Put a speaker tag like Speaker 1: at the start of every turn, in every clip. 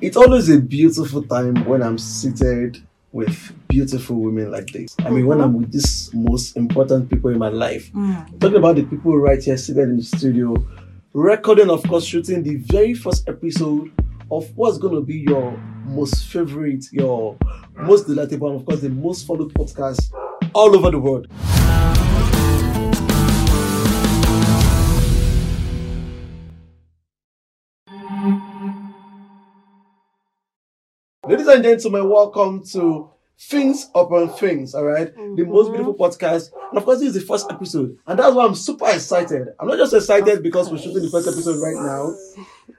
Speaker 1: It's always a beautiful time when I'm seated with beautiful women like this. I mean, when I'm with these most important people in my life,
Speaker 2: Mm.
Speaker 1: talking about the people right here seated in the studio, recording, of course, shooting the very first episode of what's going to be your most favorite, your most delightful, and of course, the most followed podcast all over the world. Ladies and gentlemen, welcome to Things Upon Things, all right? The most beautiful podcast. And of course, this is the first episode. And that's why I'm super excited. I'm not just excited because we're shooting the first episode right now.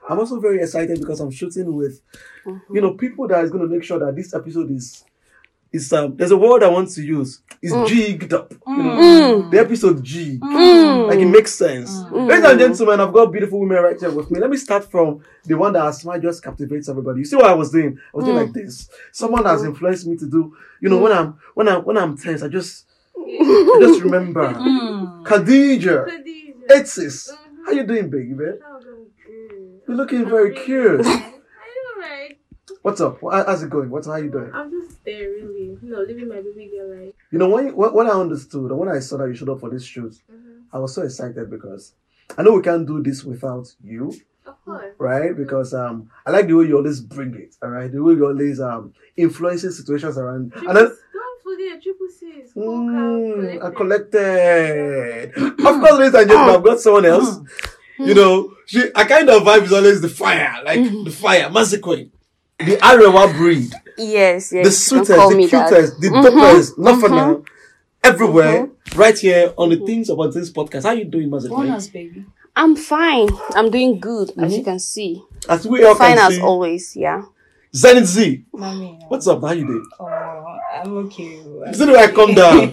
Speaker 1: I'm also very excited because I'm shooting with, you know, people that is going to make sure that this episode is, is um, there's a word I want to use. It's jigged up. You know? The episode G.
Speaker 2: Mm.
Speaker 1: Like it makes sense. Ladies and gentlemen, I've got beautiful women right here with me. Let me start from the one that has smile just captivates everybody. You see what I was doing? I was doing like this. Someone has influenced me to do, you know, when I'm when I'm when I'm tense, I just I just remember.
Speaker 2: Mm.
Speaker 1: Khadija. Etsis. How you doing, baby? You're looking very cute.
Speaker 3: Alright,
Speaker 1: What's up? How- How's it going? What's how you doing?
Speaker 3: I'm just there really, you know, living my baby girl life.
Speaker 1: You know, when, when when I understood, or when I saw that you showed up for this shoot, I was so excited because I know we can't do this without you,
Speaker 3: Of course.
Speaker 1: right? Because um, I like the way you always bring it, all right? The way you always um influencing situations around. And then,
Speaker 3: Triple- don't forget triple C's.
Speaker 1: mm, Hmm, I collected. of course, ladies and gentlemen, I've got someone else.
Speaker 4: Hmm.
Speaker 1: You know, she a kind of vibe is always the fire, like the fire, massacre, the Arewa breed.
Speaker 4: Yes, yes.
Speaker 1: the
Speaker 4: you can
Speaker 1: sweetest,
Speaker 4: call
Speaker 1: the
Speaker 4: me Mm-hmm.
Speaker 1: cutest, the dopest, not for now. Everywhere, right here on the Things About Things podcast. How you doing, Mazepin?
Speaker 2: Bonus, baby.
Speaker 4: That. I'm fine. I'm doing good, as you can see.
Speaker 1: As we all
Speaker 4: fine
Speaker 1: Mm-hmm. can
Speaker 4: as
Speaker 1: see,
Speaker 4: always, yeah.
Speaker 1: Zenith Z,
Speaker 2: Mommy.
Speaker 1: what's up? How you doing?
Speaker 2: Oh, I'm okay.
Speaker 1: You see the way I come down?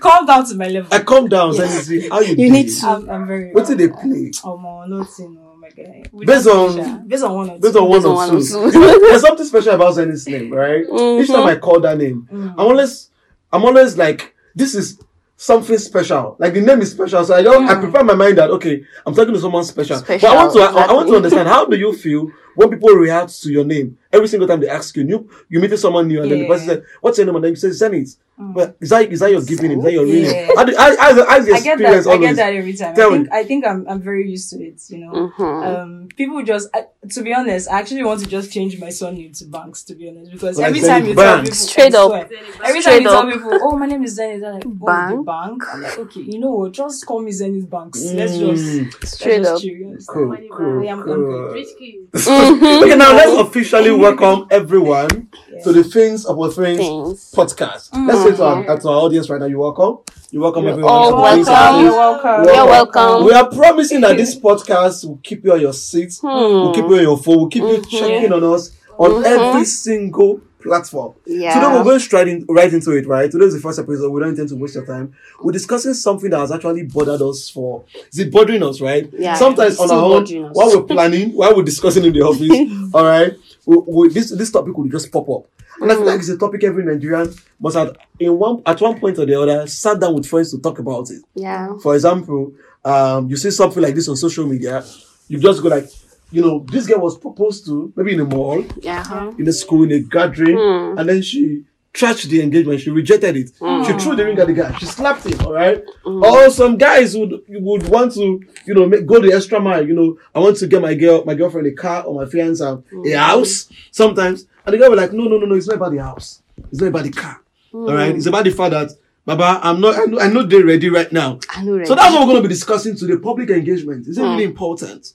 Speaker 2: Calm down to my level.
Speaker 1: I come down, Zenith Z. How you doing?
Speaker 4: You need to-
Speaker 2: I'm, I'm very.
Speaker 1: What did they play?
Speaker 2: Oh, no, nothing. Oh, my God. We
Speaker 1: Based
Speaker 2: don't
Speaker 1: on-
Speaker 2: finish, ah. Based on one or
Speaker 1: Those
Speaker 2: two.
Speaker 1: are
Speaker 2: Mm-hmm.
Speaker 1: one
Speaker 4: Those are
Speaker 1: or
Speaker 4: one or
Speaker 1: two.
Speaker 4: two.
Speaker 1: There's something special about Zenith's name, right? Each time I call that name,
Speaker 2: Mm.
Speaker 1: I'm always, I'm always like, this is something special. Like the name is special, so I don't.
Speaker 2: Mm.
Speaker 1: I prepare my mind that okay, I'm talking to someone special.
Speaker 4: Special,
Speaker 1: but I want to, I- I want to
Speaker 4: exactly.
Speaker 1: understand how do you feel when people react to your name every single time they ask you, you you meet someone new, and then the person
Speaker 2: Yeah. Mm.
Speaker 1: says, "What's your name?" and then you say, "Zenith." But is that is that your giving name? Is that your real name?
Speaker 2: Yeah.
Speaker 1: How do, how, how's the- how's the
Speaker 2: I get
Speaker 1: experience
Speaker 2: that. I get
Speaker 1: always?
Speaker 2: that every time.
Speaker 1: Tell
Speaker 2: I
Speaker 1: me. Mm-hmm.
Speaker 2: think, I think I'm, I'm very used to it, you know.
Speaker 4: Mm-hmm.
Speaker 2: Um, people just, I, to be honest, I actually want to just change my surname to Banks, to be honest, because
Speaker 1: Like
Speaker 2: every time
Speaker 1: Zenith
Speaker 2: you tell
Speaker 1: Banks.
Speaker 2: people,
Speaker 4: Straight
Speaker 2: I
Speaker 4: up.
Speaker 2: swear,
Speaker 3: Every
Speaker 2: Every time you
Speaker 4: Straight
Speaker 2: tell people, oh, my name is Zenith, they're like, oh, the
Speaker 4: Bank.
Speaker 2: bank. I'm like, okay, you know what? Just call me Zenith Banks. Let's just,
Speaker 1: Mm,
Speaker 2: let's
Speaker 4: Straight
Speaker 2: just
Speaker 4: up.
Speaker 2: chill, you understand?
Speaker 1: cool,
Speaker 3: Money
Speaker 1: cool,
Speaker 2: man. I'm- I'm
Speaker 1: cool.
Speaker 2: good.
Speaker 3: Rich kids.
Speaker 1: Okay, now let's officially welcome everyone
Speaker 2: Yeah.
Speaker 1: to the Things About Things,
Speaker 4: Things.
Speaker 1: podcast. Let's say to our, to our audience right now, you're welcome. You're welcome,
Speaker 4: You're
Speaker 1: everyone.
Speaker 4: all
Speaker 1: to Things
Speaker 4: Oh, welcome.
Speaker 1: About Things.
Speaker 2: You're welcome.
Speaker 1: You're
Speaker 4: You're welcome.
Speaker 1: We are promising that this podcast will keep you on your seats,
Speaker 4: Hmm.
Speaker 1: will
Speaker 4: Mm-hmm.
Speaker 1: keep you on your phone, will keep you checking on us on every single platform.
Speaker 4: Yeah.
Speaker 1: Today we're going straight in, right into it, right? Today is the first episode. We don't intend to waste your time. We're discussing something that has actually bothered us for. Is it bothering us, right?
Speaker 4: Yeah,
Speaker 1: Sometimes
Speaker 4: it's
Speaker 1: on
Speaker 4: still
Speaker 1: our own,
Speaker 4: bothering us.
Speaker 1: while we're planning, while we're discussing in the office, all right, we, we, this this topic will just pop up. And
Speaker 4: Mm.
Speaker 1: I feel like it's a topic every Nigerian must have in one at one point or the other sat down with friends to talk about it.
Speaker 4: Yeah.
Speaker 1: For example, um, you see something like this on social media, you just go like, you know, this girl was proposed to maybe in a mall,
Speaker 4: Yeah. huh?
Speaker 1: in a school, in a gathering, and then she trashed the engagement. She rejected it. She threw the ring at the guy. She slapped him. All right. Or some guys would would want to, you know, make, go the extra mile. You know, I want to get my girl, my girlfriend, a car or my fiance a house sometimes. And the guy was like, no, no, no, no. It's not about the house. It's not about the car. All right. It's about the fact that. Baba, I'm not. I know, I know they're ready right now.
Speaker 4: I know, right?
Speaker 1: So that's what we're going to be discussing today. Public engagement is it really important?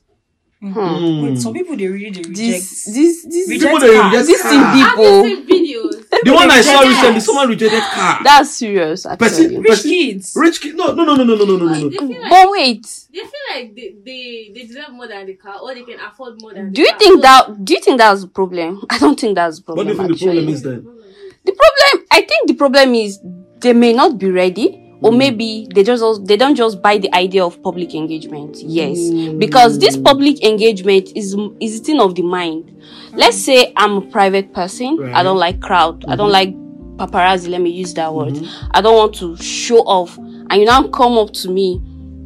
Speaker 2: Mm-hmm.
Speaker 1: Hmm.
Speaker 2: Wait, some people, they really, they reject.
Speaker 4: this, this, this,
Speaker 2: Reject
Speaker 1: People they
Speaker 2: car.
Speaker 1: reject
Speaker 4: this
Speaker 1: car.
Speaker 4: thing
Speaker 3: Have you
Speaker 4: people.
Speaker 3: seen videos?
Speaker 1: The one I saw
Speaker 2: Reject.
Speaker 1: recently, someone rejected car.
Speaker 4: That's serious,
Speaker 1: Person,
Speaker 4: actually.
Speaker 2: Rich
Speaker 1: person-
Speaker 2: kids.
Speaker 1: Rich kid. No, no, no, no, no, no, no, no,
Speaker 3: They
Speaker 1: no.
Speaker 3: feel like,
Speaker 4: But wait,
Speaker 3: they, feel like they, they, they deserve more than the car or they can afford more than
Speaker 4: do
Speaker 3: the
Speaker 4: you
Speaker 3: car.
Speaker 4: think
Speaker 3: So-
Speaker 4: that? Do you think that's a problem? I don't think that's a
Speaker 1: What
Speaker 4: problem.
Speaker 1: do you think the
Speaker 4: actually.
Speaker 1: problem is then?
Speaker 4: The problem, I think the problem is they may not be ready. Or
Speaker 1: Mm.
Speaker 4: maybe they just als- they don't just buy the idea of public engagement. Yes,
Speaker 1: Mm.
Speaker 4: because this public engagement is is a thing of the mind. Let's say I'm a private person. I don't like crowd. I
Speaker 1: Mm-hmm.
Speaker 4: don't like paparazzi. Let me use that word. I don't want to show off. And you now come up to me,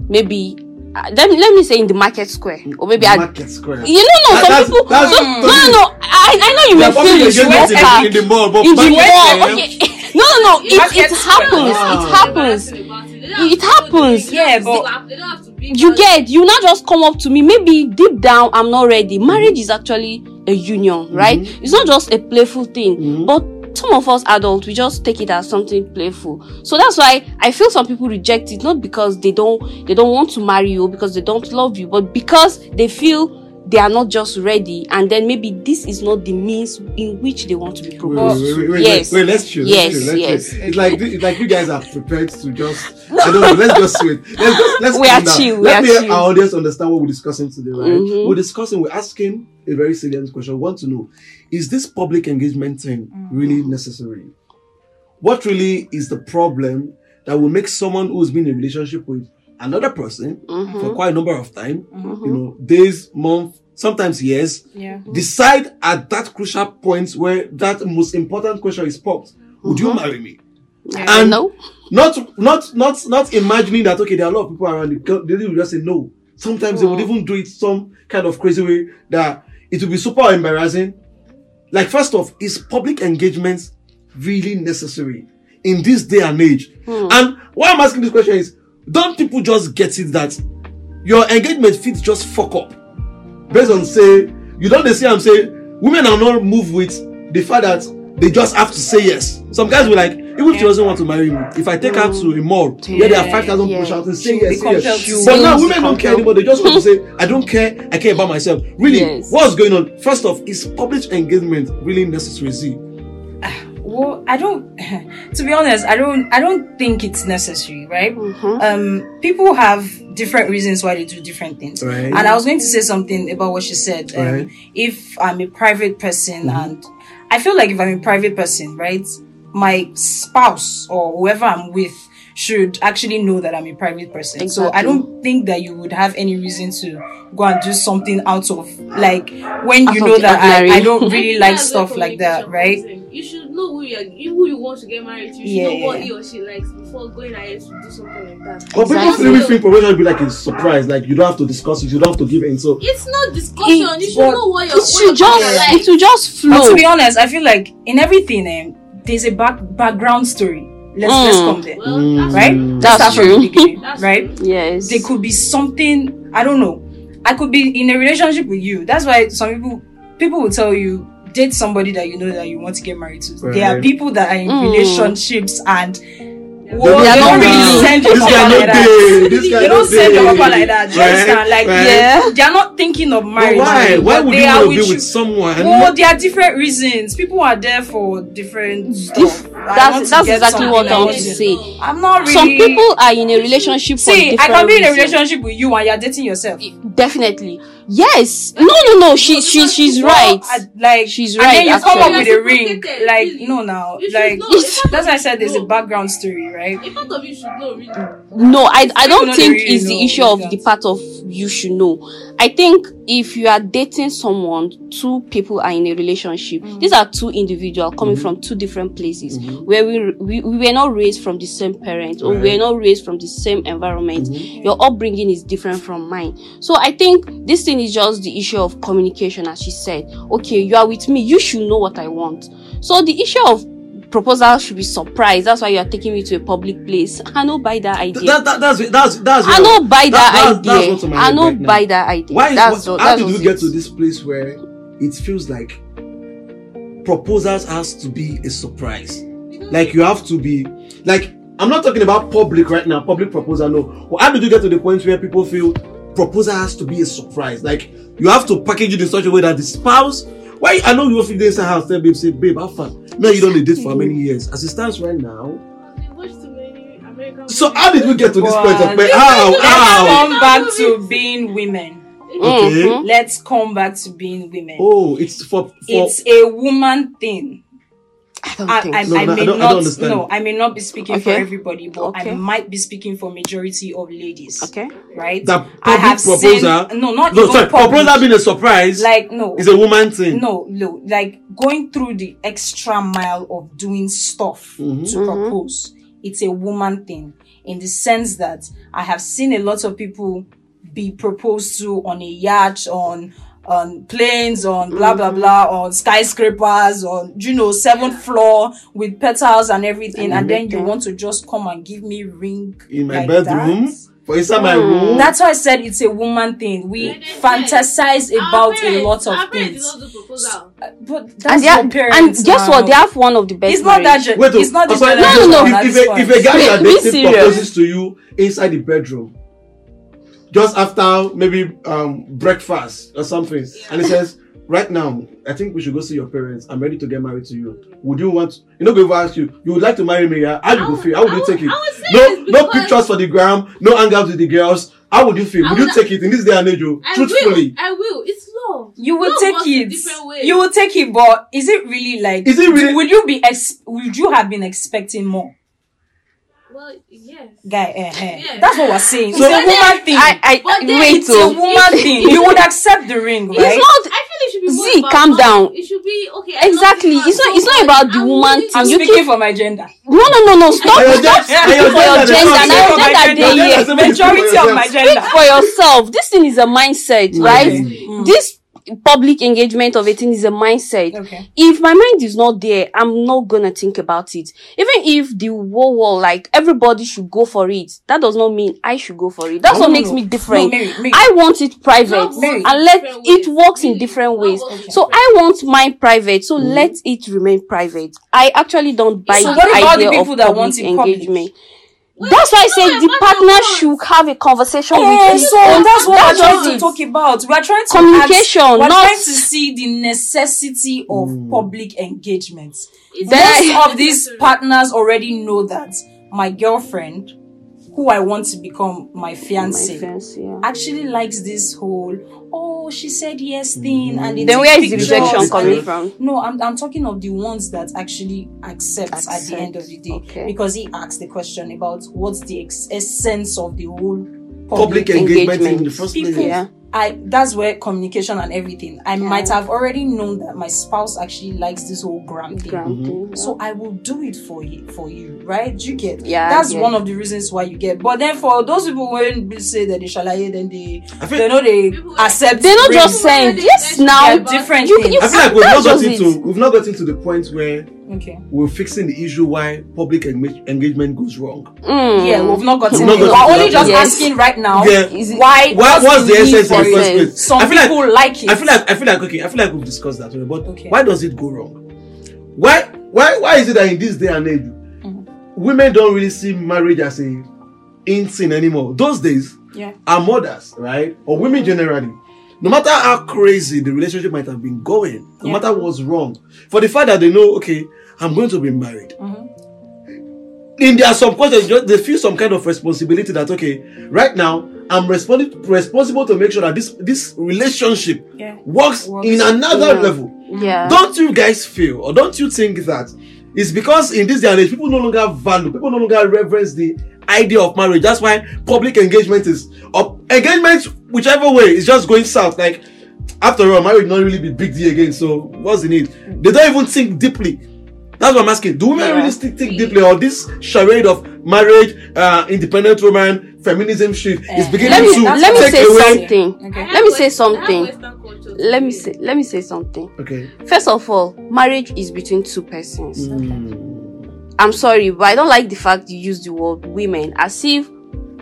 Speaker 4: maybe uh, let, me- let me say in the market square or maybe at
Speaker 1: market square.
Speaker 4: you know
Speaker 1: That-
Speaker 4: no some
Speaker 1: that's-
Speaker 4: people
Speaker 1: that's-
Speaker 4: some- no no no I, I know you
Speaker 1: They
Speaker 4: may
Speaker 1: are
Speaker 4: feel
Speaker 1: probably
Speaker 4: you should
Speaker 1: engaged
Speaker 4: work
Speaker 1: in, in the mall, Oh, but
Speaker 4: in the
Speaker 1: back
Speaker 4: mall
Speaker 1: then,
Speaker 4: okay no no no it,
Speaker 2: Market
Speaker 4: it
Speaker 2: square.
Speaker 4: happens
Speaker 1: Wow.
Speaker 4: it happens It happens.
Speaker 2: Yeah, but-
Speaker 4: you get you now just come up to me maybe deep down i'm not ready
Speaker 1: Mm-hmm.
Speaker 4: marriage is actually a union right it's not just a playful thing
Speaker 1: Mhm.
Speaker 4: but some of us adults we just take it as something playful so that's why i feel some people reject it not because they don't they don't want to marry you or because they don't love you but because they feel they are not just ready and then maybe this is not the means in which they want to be
Speaker 1: Wait,
Speaker 4: proposed
Speaker 1: wait, wait, wait,
Speaker 4: Yes.
Speaker 1: wait, wait, let's chill.
Speaker 4: Yes,
Speaker 1: let's chill, let's
Speaker 4: yes.
Speaker 1: Chill. It's like it's like you guys are prepared to just I don't know. Let's just wait. Let's just, let's
Speaker 4: We
Speaker 1: calm
Speaker 4: are
Speaker 1: down.
Speaker 4: chill, we
Speaker 1: Let
Speaker 4: are
Speaker 1: me help
Speaker 4: chill.
Speaker 1: our audience understand what we're discussing today. Right?
Speaker 4: Mhm.
Speaker 1: We're discussing. We're asking a very serious question. We want to know: Is this public engagement thing really necessary? What really is the problem that will make someone who's been in a relationship with another person for
Speaker 4: Mhm.
Speaker 1: quite a number of time,
Speaker 4: Mm-hmm.
Speaker 2: Mhm.
Speaker 1: you know, days, month, sometimes years,
Speaker 2: Yeah.
Speaker 1: Mm-hmm. decide at that crucial point where that most important question is popped would you marry me
Speaker 4: I
Speaker 1: And-
Speaker 4: know.
Speaker 1: not not not not imagining that okay there are a lot of people around the country they will just say no sometimes they would even do it some kind of crazy way that it will be super embarrassing like first off is public engagement really necessary in this day and age
Speaker 2: Hmm.
Speaker 1: and why i'm asking this question is don't people just get it that your engagement fit just fuck up based on say you don dey see am say women are not move with the fact that they just have to say yes some guys be like even if she doesn't want to marry me if i take her to a mall where there are
Speaker 2: Hmm. Yeah,
Speaker 1: five thousand people
Speaker 4: yeah.
Speaker 1: shouting say
Speaker 2: She'll
Speaker 1: yes
Speaker 2: be
Speaker 1: say
Speaker 2: compelled
Speaker 1: yes
Speaker 2: to.
Speaker 1: but now
Speaker 4: She'll
Speaker 1: women
Speaker 4: be
Speaker 1: don't care
Speaker 4: compelled.
Speaker 1: anymore they just want to say i don't care i care about myself really
Speaker 4: Yes.
Speaker 1: what's going on first off is public engagement really necessary z
Speaker 2: Well, I don't. To be honest, I don't. I don't think it's necessary, right?
Speaker 4: Mm-hmm.
Speaker 2: Um, people have different reasons why they do different things.
Speaker 1: Right.
Speaker 2: And I was going to say something about what she said. Um,
Speaker 1: Right. Mm-hmm.
Speaker 2: If I'm a private person, and I feel like if I'm a private person, right, my spouse or whoever I'm with should actually know that I'm a private person. So I
Speaker 4: Exactly.
Speaker 2: don't think that you would have any reason to go and do something out of like when
Speaker 4: Out
Speaker 2: you
Speaker 4: of
Speaker 2: know
Speaker 4: the
Speaker 2: that I, I
Speaker 4: ordinary.
Speaker 2: don't really like
Speaker 3: That's
Speaker 2: stuff
Speaker 3: where
Speaker 2: like that,
Speaker 3: communication
Speaker 2: right?
Speaker 3: comes in. You should know who you are, who you want to get married to. You should
Speaker 2: Yeah.
Speaker 3: know what he or she likes before going ahead to do something like that.
Speaker 1: but people
Speaker 4: Exactly.
Speaker 1: still really think promotion be like a surprise like you don't have to discuss it you don't have to give in so
Speaker 3: It's not discussion.
Speaker 4: It-
Speaker 3: you should
Speaker 2: but
Speaker 3: know what you're.
Speaker 4: It should just
Speaker 3: like.
Speaker 4: it will just
Speaker 2: But
Speaker 4: flow.
Speaker 2: to be honest, I feel like in everything, eh, there's a back background story. Let's let's
Speaker 4: Mm.
Speaker 2: come there,
Speaker 3: Well, that's
Speaker 2: right?
Speaker 1: Mm.
Speaker 2: Let's
Speaker 4: That's
Speaker 2: start from the
Speaker 4: true.
Speaker 2: beginning,
Speaker 3: That's
Speaker 2: right?
Speaker 3: true.
Speaker 4: Yes.
Speaker 2: There could be something I don't know. I could be in a relationship with you. That's why some people people will tell you date somebody that you know that you want to get married to. There are
Speaker 1: Right.
Speaker 2: people that are in
Speaker 4: Mm.
Speaker 2: relationships and
Speaker 3: Yeah.
Speaker 2: Whoa,
Speaker 1: They
Speaker 2: they
Speaker 1: are
Speaker 2: don't
Speaker 1: not
Speaker 2: really
Speaker 1: real.
Speaker 2: send you
Speaker 1: this
Speaker 2: proper
Speaker 1: guy
Speaker 2: like
Speaker 1: no
Speaker 2: that.
Speaker 1: dey this guy
Speaker 2: They
Speaker 1: no
Speaker 2: don't send you
Speaker 1: dey.
Speaker 2: proper like that. Do you
Speaker 1: Right,
Speaker 2: understand? Like
Speaker 1: right.
Speaker 4: Yeah.
Speaker 2: they are not thinking of
Speaker 1: But
Speaker 2: marriage.
Speaker 1: why? Why
Speaker 2: but
Speaker 1: would
Speaker 2: they
Speaker 1: you
Speaker 2: are
Speaker 1: want to be
Speaker 2: you-
Speaker 1: with someone?
Speaker 2: Well, there are different reasons. People are there for different stuff. I want
Speaker 4: that's
Speaker 2: to
Speaker 4: that's
Speaker 2: get
Speaker 4: exactly
Speaker 2: something
Speaker 4: what I
Speaker 2: like
Speaker 4: want to
Speaker 2: this.
Speaker 4: say.
Speaker 2: I'm not really.
Speaker 4: Some people are in a relationship for
Speaker 2: See, I
Speaker 4: different
Speaker 2: can be in a
Speaker 4: reasons.
Speaker 2: relationship with you and you're dating yourself.
Speaker 4: Definitely, yes. No, no, no. She, she, she's
Speaker 2: No,
Speaker 4: right.
Speaker 2: I- like
Speaker 4: She's
Speaker 2: And then
Speaker 4: right,
Speaker 2: you come
Speaker 4: actually.
Speaker 2: up with a ring.
Speaker 3: Reciprocated,
Speaker 2: Like
Speaker 3: really.
Speaker 2: no, now
Speaker 3: You should
Speaker 2: like
Speaker 3: know. If
Speaker 2: that's why I said there's a
Speaker 3: No.
Speaker 2: background story, right?
Speaker 3: a part of you should know really.
Speaker 2: Mm.
Speaker 4: No, I, I don't
Speaker 2: Not
Speaker 4: think
Speaker 2: really,
Speaker 4: it's
Speaker 2: no,
Speaker 4: the issue
Speaker 2: like
Speaker 4: of
Speaker 2: that.
Speaker 4: the part of you should know. I think if you are dating someone, two people are in a relationship.
Speaker 2: Mm.
Speaker 4: These are two individuals coming from two different places where we, we we were not raised from the same parents or we
Speaker 1: Right.
Speaker 4: were not raised from the same environment.
Speaker 1: Mhm.
Speaker 4: Your upbringing is different from mine. So I think this thing is just the issue of communication, as she said. Okay, you are with me. You should know what I want. So the issue of proposal should be surprise. That's why you are taking me to a public place. I don't buy that idea.
Speaker 1: Th- that, that, that's that's that's.
Speaker 4: I don't buy that,
Speaker 1: that's- that's
Speaker 4: idea.
Speaker 1: what's on my
Speaker 4: I
Speaker 1: mind
Speaker 4: don't
Speaker 1: right now.
Speaker 4: buy that idea.
Speaker 1: Why? Is,
Speaker 4: that's
Speaker 1: why
Speaker 4: what-
Speaker 1: how
Speaker 4: that's
Speaker 1: did we
Speaker 4: what's
Speaker 1: get
Speaker 4: it.
Speaker 1: to this place where it feels like proposals has to be a surprise? Like you have to be like I'm not talking about public right now. Public proposal, no. Well, how did you get to the point where people feel proposal has to be a surprise? Like you have to package it in such a way that the spouse. Why? I know you often days in house tell babe say babe how far? No, you don't need this for many years. As it stands right now.
Speaker 3: They watch too many American
Speaker 1: So
Speaker 3: movies.
Speaker 1: how did we get to this point of
Speaker 2: Wow.
Speaker 1: how how?
Speaker 2: Come back to being women.
Speaker 1: Okay.
Speaker 4: Mhm.
Speaker 2: Let's come back to being women.
Speaker 1: Oh, it's for for
Speaker 2: It's a woman thing.
Speaker 4: I don't
Speaker 2: I,
Speaker 4: think
Speaker 2: I,
Speaker 4: so.
Speaker 1: No,
Speaker 2: I
Speaker 1: no, I don't- I
Speaker 2: may
Speaker 1: don't
Speaker 2: not.
Speaker 1: understand.
Speaker 2: no, I may not be speaking for
Speaker 4: Okay.
Speaker 2: everybody, but I
Speaker 4: Okay.
Speaker 2: might be speaking for majority of ladies.
Speaker 4: Okay.
Speaker 2: right?
Speaker 1: that
Speaker 2: I
Speaker 1: public
Speaker 2: have
Speaker 1: proposal.
Speaker 2: seen no, not
Speaker 1: no,
Speaker 2: even
Speaker 1: sorry,
Speaker 2: public.
Speaker 1: proposal being a surprise
Speaker 2: like no,
Speaker 1: is a woman thing.
Speaker 2: no, no, like going through the extra mile of doing stuff
Speaker 1: Mhm.
Speaker 2: to
Speaker 3: Mm-hmm.
Speaker 2: propose. It's a woman thing in the sense that I have seen a lot of people be proposed to on a yacht, on on planes, on blah
Speaker 3: Mm-hmm.
Speaker 2: blah blah, on skyscrapers, on you know seventh floor with petals and everything, and, then you
Speaker 4: everything.
Speaker 2: want to just come and give me ring
Speaker 1: in my
Speaker 2: like
Speaker 1: bedroom,
Speaker 2: that? Hmm.
Speaker 1: for inside my room.
Speaker 2: That's why I said it's a woman thing. We
Speaker 3: But then
Speaker 2: fantasize
Speaker 3: Our
Speaker 2: about a
Speaker 3: parents-
Speaker 2: lot
Speaker 3: our
Speaker 2: of
Speaker 3: parents did
Speaker 2: things.
Speaker 3: not do proposal.
Speaker 2: But
Speaker 4: and
Speaker 2: that's
Speaker 4: they are,
Speaker 2: your
Speaker 4: and
Speaker 2: parents.
Speaker 4: guess what?
Speaker 2: now.
Speaker 4: They have one of the best.
Speaker 2: It's not that.
Speaker 4: marriage.
Speaker 2: gen-
Speaker 1: Wait,
Speaker 2: it's not
Speaker 1: oh,
Speaker 2: the
Speaker 1: sorry,
Speaker 4: No,
Speaker 2: generation
Speaker 4: no, no.
Speaker 2: at
Speaker 1: If,
Speaker 2: this
Speaker 1: if, a,
Speaker 2: point.
Speaker 1: if a guy you are
Speaker 4: Be- be
Speaker 1: dating
Speaker 4: serious.
Speaker 1: proposes to you inside the bedroom, just after maybe um, breakfast or something, and he says, Right now, I think we should go see your parents. I'm ready to get married to you. Would you want? You know, people ask you, you would like to marry me? Yeah? How do you go
Speaker 3: I
Speaker 1: feel? How would
Speaker 3: would-
Speaker 1: you take it?
Speaker 3: I would say
Speaker 1: No,
Speaker 3: this
Speaker 1: no
Speaker 3: because-
Speaker 1: pictures for the gram, no hangouts with the girls. How would you feel?
Speaker 3: I
Speaker 1: Would you
Speaker 3: would-
Speaker 1: take it in this day and age? oh,
Speaker 3: I will.
Speaker 1: Truthfully,
Speaker 3: I will. It's love.
Speaker 2: you will
Speaker 3: Love
Speaker 2: take
Speaker 3: works in different
Speaker 2: it.
Speaker 3: ways.
Speaker 2: You will take it, but is it really like?
Speaker 1: Is it really-
Speaker 2: Would you be? Ex- would you have been expecting more,
Speaker 3: Well, yes.
Speaker 2: guy? Eh, eh.
Speaker 3: Yeah.
Speaker 2: That's what we're saying.
Speaker 1: So-
Speaker 2: it's a woman thing.
Speaker 4: I, I,
Speaker 3: But then
Speaker 4: wait,
Speaker 2: it's a
Speaker 4: oh.
Speaker 2: woman thing. You would accept the ring, right?
Speaker 4: it's not
Speaker 3: I feel it should be more
Speaker 4: Zee,
Speaker 3: about
Speaker 4: calm
Speaker 3: love.
Speaker 4: down.
Speaker 3: It should be okay. I love
Speaker 4: exactly.
Speaker 3: this man
Speaker 4: It's not.
Speaker 3: so
Speaker 4: It's not
Speaker 3: much.
Speaker 4: about the
Speaker 3: I'm
Speaker 4: woman.
Speaker 3: willing to
Speaker 2: I'm
Speaker 4: You
Speaker 2: speaking
Speaker 4: keep-
Speaker 2: for my gender.
Speaker 4: No, no, no, no.
Speaker 1: And
Speaker 4: Stop.
Speaker 1: your
Speaker 4: Stop.
Speaker 1: gen- and
Speaker 4: Speak
Speaker 1: your
Speaker 4: for your
Speaker 1: gender, they
Speaker 4: gender.
Speaker 1: don't
Speaker 2: speak
Speaker 4: Now gender
Speaker 2: for my
Speaker 4: day
Speaker 1: gender.
Speaker 4: here.
Speaker 1: Doesn't mean you speak for
Speaker 2: Majority of my
Speaker 1: yourself.
Speaker 2: gender.
Speaker 4: Speak for yourself. This thing is a mindset, right?
Speaker 2: Mm.
Speaker 4: This public engagement of a thing is a mindset.
Speaker 2: Okay.
Speaker 4: If my mind is not there, I'm not gonna think about it. Even if the whole world, like everybody should go for it, that does not mean I should go for it. That's
Speaker 2: No,
Speaker 4: what
Speaker 2: no,
Speaker 4: makes
Speaker 2: no.
Speaker 4: me different.
Speaker 2: No, Mary, Mary.
Speaker 4: I want it private,
Speaker 3: Love works in
Speaker 4: and let
Speaker 3: different
Speaker 4: it
Speaker 3: ways.
Speaker 4: works in
Speaker 3: Really.
Speaker 4: different
Speaker 3: Love
Speaker 4: ways.
Speaker 3: works in
Speaker 4: So
Speaker 3: different
Speaker 4: I want mine private. So let it remain private. I actually don't buy
Speaker 2: So
Speaker 4: the
Speaker 2: what about the
Speaker 4: idea
Speaker 2: people
Speaker 4: of
Speaker 2: that
Speaker 4: public
Speaker 2: want it public?
Speaker 4: engagement. That's why I say
Speaker 3: no,
Speaker 4: the
Speaker 3: but
Speaker 4: partner
Speaker 3: of course.
Speaker 4: should have a conversation
Speaker 2: Yeah,
Speaker 4: with his
Speaker 2: so
Speaker 4: own-
Speaker 2: that's what
Speaker 4: that
Speaker 2: we're trying
Speaker 4: does
Speaker 2: to
Speaker 4: it.
Speaker 2: talk about. We're trying to
Speaker 4: Communication,
Speaker 2: Ask, we're
Speaker 4: not-
Speaker 2: trying to see the necessity of public engagement.
Speaker 3: It's
Speaker 4: Then-
Speaker 3: not
Speaker 2: Most of these
Speaker 3: necessary.
Speaker 2: partners already know that my girlfriend, who I want to become my fiance,
Speaker 4: Fancy, yeah.
Speaker 2: actually likes this whole oh she said yes thing and they
Speaker 4: Then
Speaker 2: take
Speaker 4: where is the
Speaker 2: pictures
Speaker 4: rejection
Speaker 2: and
Speaker 4: coming
Speaker 2: they-
Speaker 4: from?
Speaker 2: no I'm, I'm talking of the ones that actually accept, at the end of the day
Speaker 4: Accept, okay.
Speaker 2: because he asked the question about what's the ex- essence of the whole
Speaker 1: public engagement in the
Speaker 4: engagement.
Speaker 1: first
Speaker 2: people
Speaker 1: place.
Speaker 4: Yeah.
Speaker 2: i that's where communication and everything i might have already known that my spouse actually likes this whole gram thing
Speaker 1: Mm-hmm.
Speaker 4: Granting,
Speaker 2: so I will do it for you, for you, right? You get,
Speaker 4: Yeah, I
Speaker 2: That's
Speaker 4: get
Speaker 2: one
Speaker 4: it.
Speaker 2: of the reasons why you get. But then for those people when they say that they shalaye, then they,
Speaker 1: I feel-
Speaker 2: they know they
Speaker 3: People-
Speaker 2: accept.
Speaker 4: They not
Speaker 2: rape.
Speaker 4: just saying
Speaker 3: Really?
Speaker 4: yes now.
Speaker 2: They're
Speaker 3: about-
Speaker 2: different.
Speaker 4: You-
Speaker 2: things.
Speaker 4: you-
Speaker 1: I feel like we've
Speaker 4: That
Speaker 1: not
Speaker 4: was
Speaker 1: gotten
Speaker 4: it.
Speaker 1: to we've not gotten to the point where
Speaker 2: okay.
Speaker 1: we're fixing the issue why public engage- engagement goes wrong.
Speaker 4: Mm.
Speaker 2: Yeah, we've not gotten.
Speaker 1: We've not
Speaker 2: it.
Speaker 1: gotten
Speaker 2: We're
Speaker 1: to that
Speaker 2: only just
Speaker 1: point.
Speaker 2: asking right now.
Speaker 1: Yeah.
Speaker 4: Is Oh, it-
Speaker 2: Why?
Speaker 1: Why what's the
Speaker 2: need
Speaker 1: essence in
Speaker 2: for
Speaker 1: the
Speaker 2: it?
Speaker 1: first
Speaker 4: it?
Speaker 1: place?
Speaker 2: Some
Speaker 1: I feel like-
Speaker 2: people like it.
Speaker 1: I feel like I feel like okay, I feel like we've discussed that already, but
Speaker 2: Okay.
Speaker 1: why does it go wrong? Why why why is it that in this day and age
Speaker 4: Mm-hmm.
Speaker 1: women don't really see marriage as a in sin anymore? Those days
Speaker 2: Yeah.
Speaker 1: our mothers, right? Or women generally. No matter how crazy the relationship might have been going, no
Speaker 2: Yeah.
Speaker 1: matter what's wrong, for the fact that they know, okay, I'm going to be married.
Speaker 2: Mm-hmm.
Speaker 1: In their subconscious, just- they feel some kind of responsibility that okay, right now I'm responding responsible to make sure that this this relationship
Speaker 2: Yeah.
Speaker 1: works,
Speaker 2: Works.
Speaker 1: in another
Speaker 4: Yeah.
Speaker 1: level.
Speaker 4: Yeah.
Speaker 1: Don't you guys feel, or don't you think that it's because in this day and age, people no longer value, people no longer reverence the idea of marriage. That's why public engagement is, or engagement, whichever way, is just going south. Like, after all, marriage not really be big deal again. So what's the need? They don't even think deeply. That's what I'm asking. Do women
Speaker 4: Yeah.
Speaker 1: really think, think deeply, or this charade of marriage, uh, independent woman, feminism shit is
Speaker 2: Eh.
Speaker 1: beginning
Speaker 4: Let me
Speaker 1: to
Speaker 2: That's
Speaker 4: let me
Speaker 2: what
Speaker 1: take
Speaker 4: say
Speaker 1: away?
Speaker 4: something.
Speaker 3: I
Speaker 2: Okay.
Speaker 3: have
Speaker 4: Let me say
Speaker 3: West- I have
Speaker 4: something.
Speaker 3: Western culture to
Speaker 4: Let me
Speaker 3: me.
Speaker 4: say let me say something.
Speaker 1: Okay.
Speaker 4: First of all, marriage is between two persons.
Speaker 1: Mm.
Speaker 4: I'm sorry, but I don't like the fact you use the word women as if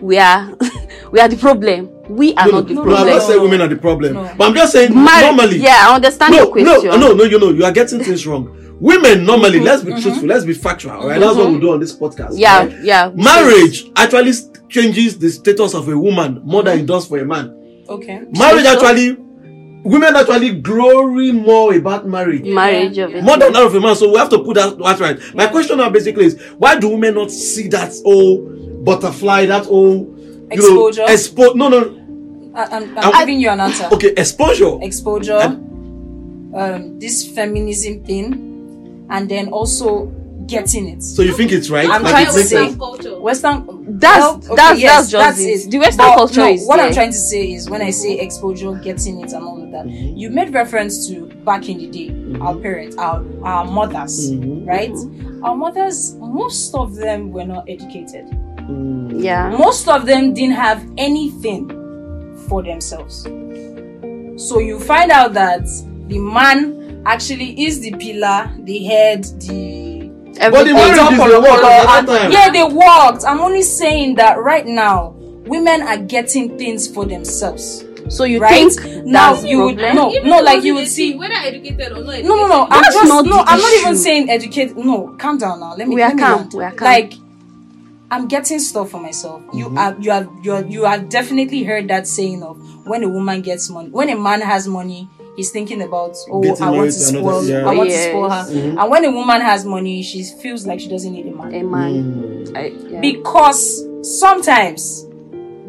Speaker 4: we are we are the problem. We are
Speaker 1: No,
Speaker 4: not the
Speaker 1: no, no, I'm
Speaker 4: problem.
Speaker 1: not saying women are the problem,
Speaker 2: No.
Speaker 1: but I'm just saying
Speaker 4: Mar-
Speaker 1: normally.
Speaker 4: Yeah, I understand
Speaker 1: no,
Speaker 4: your question.
Speaker 1: No, no, no, you know, you are getting things wrong. Women normally, let's be truthful, let's be factual, all right? That's what we do on this podcast.
Speaker 4: Mm-hmm, Yeah,
Speaker 1: right?
Speaker 4: yeah.
Speaker 1: Marriage actually s- changes the status of a woman more than it does for a man.
Speaker 2: Okay.
Speaker 1: Marriage
Speaker 4: Mm-hmm. so?
Speaker 1: actually, women actually glory more about marriage.
Speaker 4: Marriage of it.
Speaker 1: More than that of a man, so we have to put that, that right. My question now basically is why do women not see that old butterfly, that old you
Speaker 2: Exposure.
Speaker 1: Know, expo- no, no,
Speaker 2: I, I'm, I'm
Speaker 1: I-
Speaker 2: giving you an answer.
Speaker 1: okay, exposure.
Speaker 2: exposure, um, this feminism thing, and then also getting it.
Speaker 1: So you think it's right?
Speaker 2: I'm
Speaker 1: Like
Speaker 2: trying
Speaker 1: it
Speaker 2: to
Speaker 1: makes
Speaker 2: say-
Speaker 1: sense?
Speaker 3: Western culture.
Speaker 2: Western.
Speaker 4: That's- that's- that's just it. The Western
Speaker 2: But
Speaker 4: culture
Speaker 2: no,
Speaker 4: is
Speaker 2: What I'm
Speaker 4: there.
Speaker 2: trying to say is when I say exposure, getting it, and all of that,
Speaker 1: Mm-hmm.
Speaker 2: you made reference to back in the day, our parents, our our mothers,
Speaker 1: Mhm.
Speaker 2: right? Our mothers, most of them were not educated.
Speaker 1: Mm.
Speaker 4: Yeah.
Speaker 2: Most of them didn't have anything for themselves. So you find out that the man actually is the pillar, the head, the
Speaker 1: But the
Speaker 4: Everything.
Speaker 1: man
Speaker 2: top
Speaker 1: is
Speaker 2: of
Speaker 1: the
Speaker 2: the
Speaker 1: work at that
Speaker 2: color.
Speaker 1: time.
Speaker 2: yeah, they worked. I'm only saying that right now, women are getting things for themselves.
Speaker 4: So you
Speaker 2: right
Speaker 4: think
Speaker 2: now
Speaker 4: that's
Speaker 2: you would
Speaker 4: problem?
Speaker 2: no
Speaker 3: Even
Speaker 2: no like
Speaker 3: those
Speaker 2: you
Speaker 3: who
Speaker 2: would
Speaker 3: they
Speaker 2: see
Speaker 3: whether educated or not.
Speaker 2: no no no I'm
Speaker 4: That's
Speaker 2: just
Speaker 4: not
Speaker 2: no
Speaker 4: the
Speaker 2: I'm not even
Speaker 4: issue.
Speaker 2: saying educate no calm down now let me
Speaker 4: We are
Speaker 2: let me
Speaker 4: calm,
Speaker 2: land.
Speaker 4: we are calm.
Speaker 2: like I'm getting stuff for myself
Speaker 1: Mm-hmm.
Speaker 2: you are you have you are, you have definitely heard that saying of when a woman gets money when a man has money he's thinking about oh
Speaker 1: Getting
Speaker 2: I want
Speaker 1: married
Speaker 2: to
Speaker 1: to
Speaker 2: spoil
Speaker 1: another- Mm-hmm. yeah.
Speaker 2: I want to spoil her
Speaker 4: Yes.
Speaker 2: and when a woman has money she feels like she doesn't need a man
Speaker 4: a man.
Speaker 1: Mm.
Speaker 4: I, yeah.
Speaker 2: because sometimes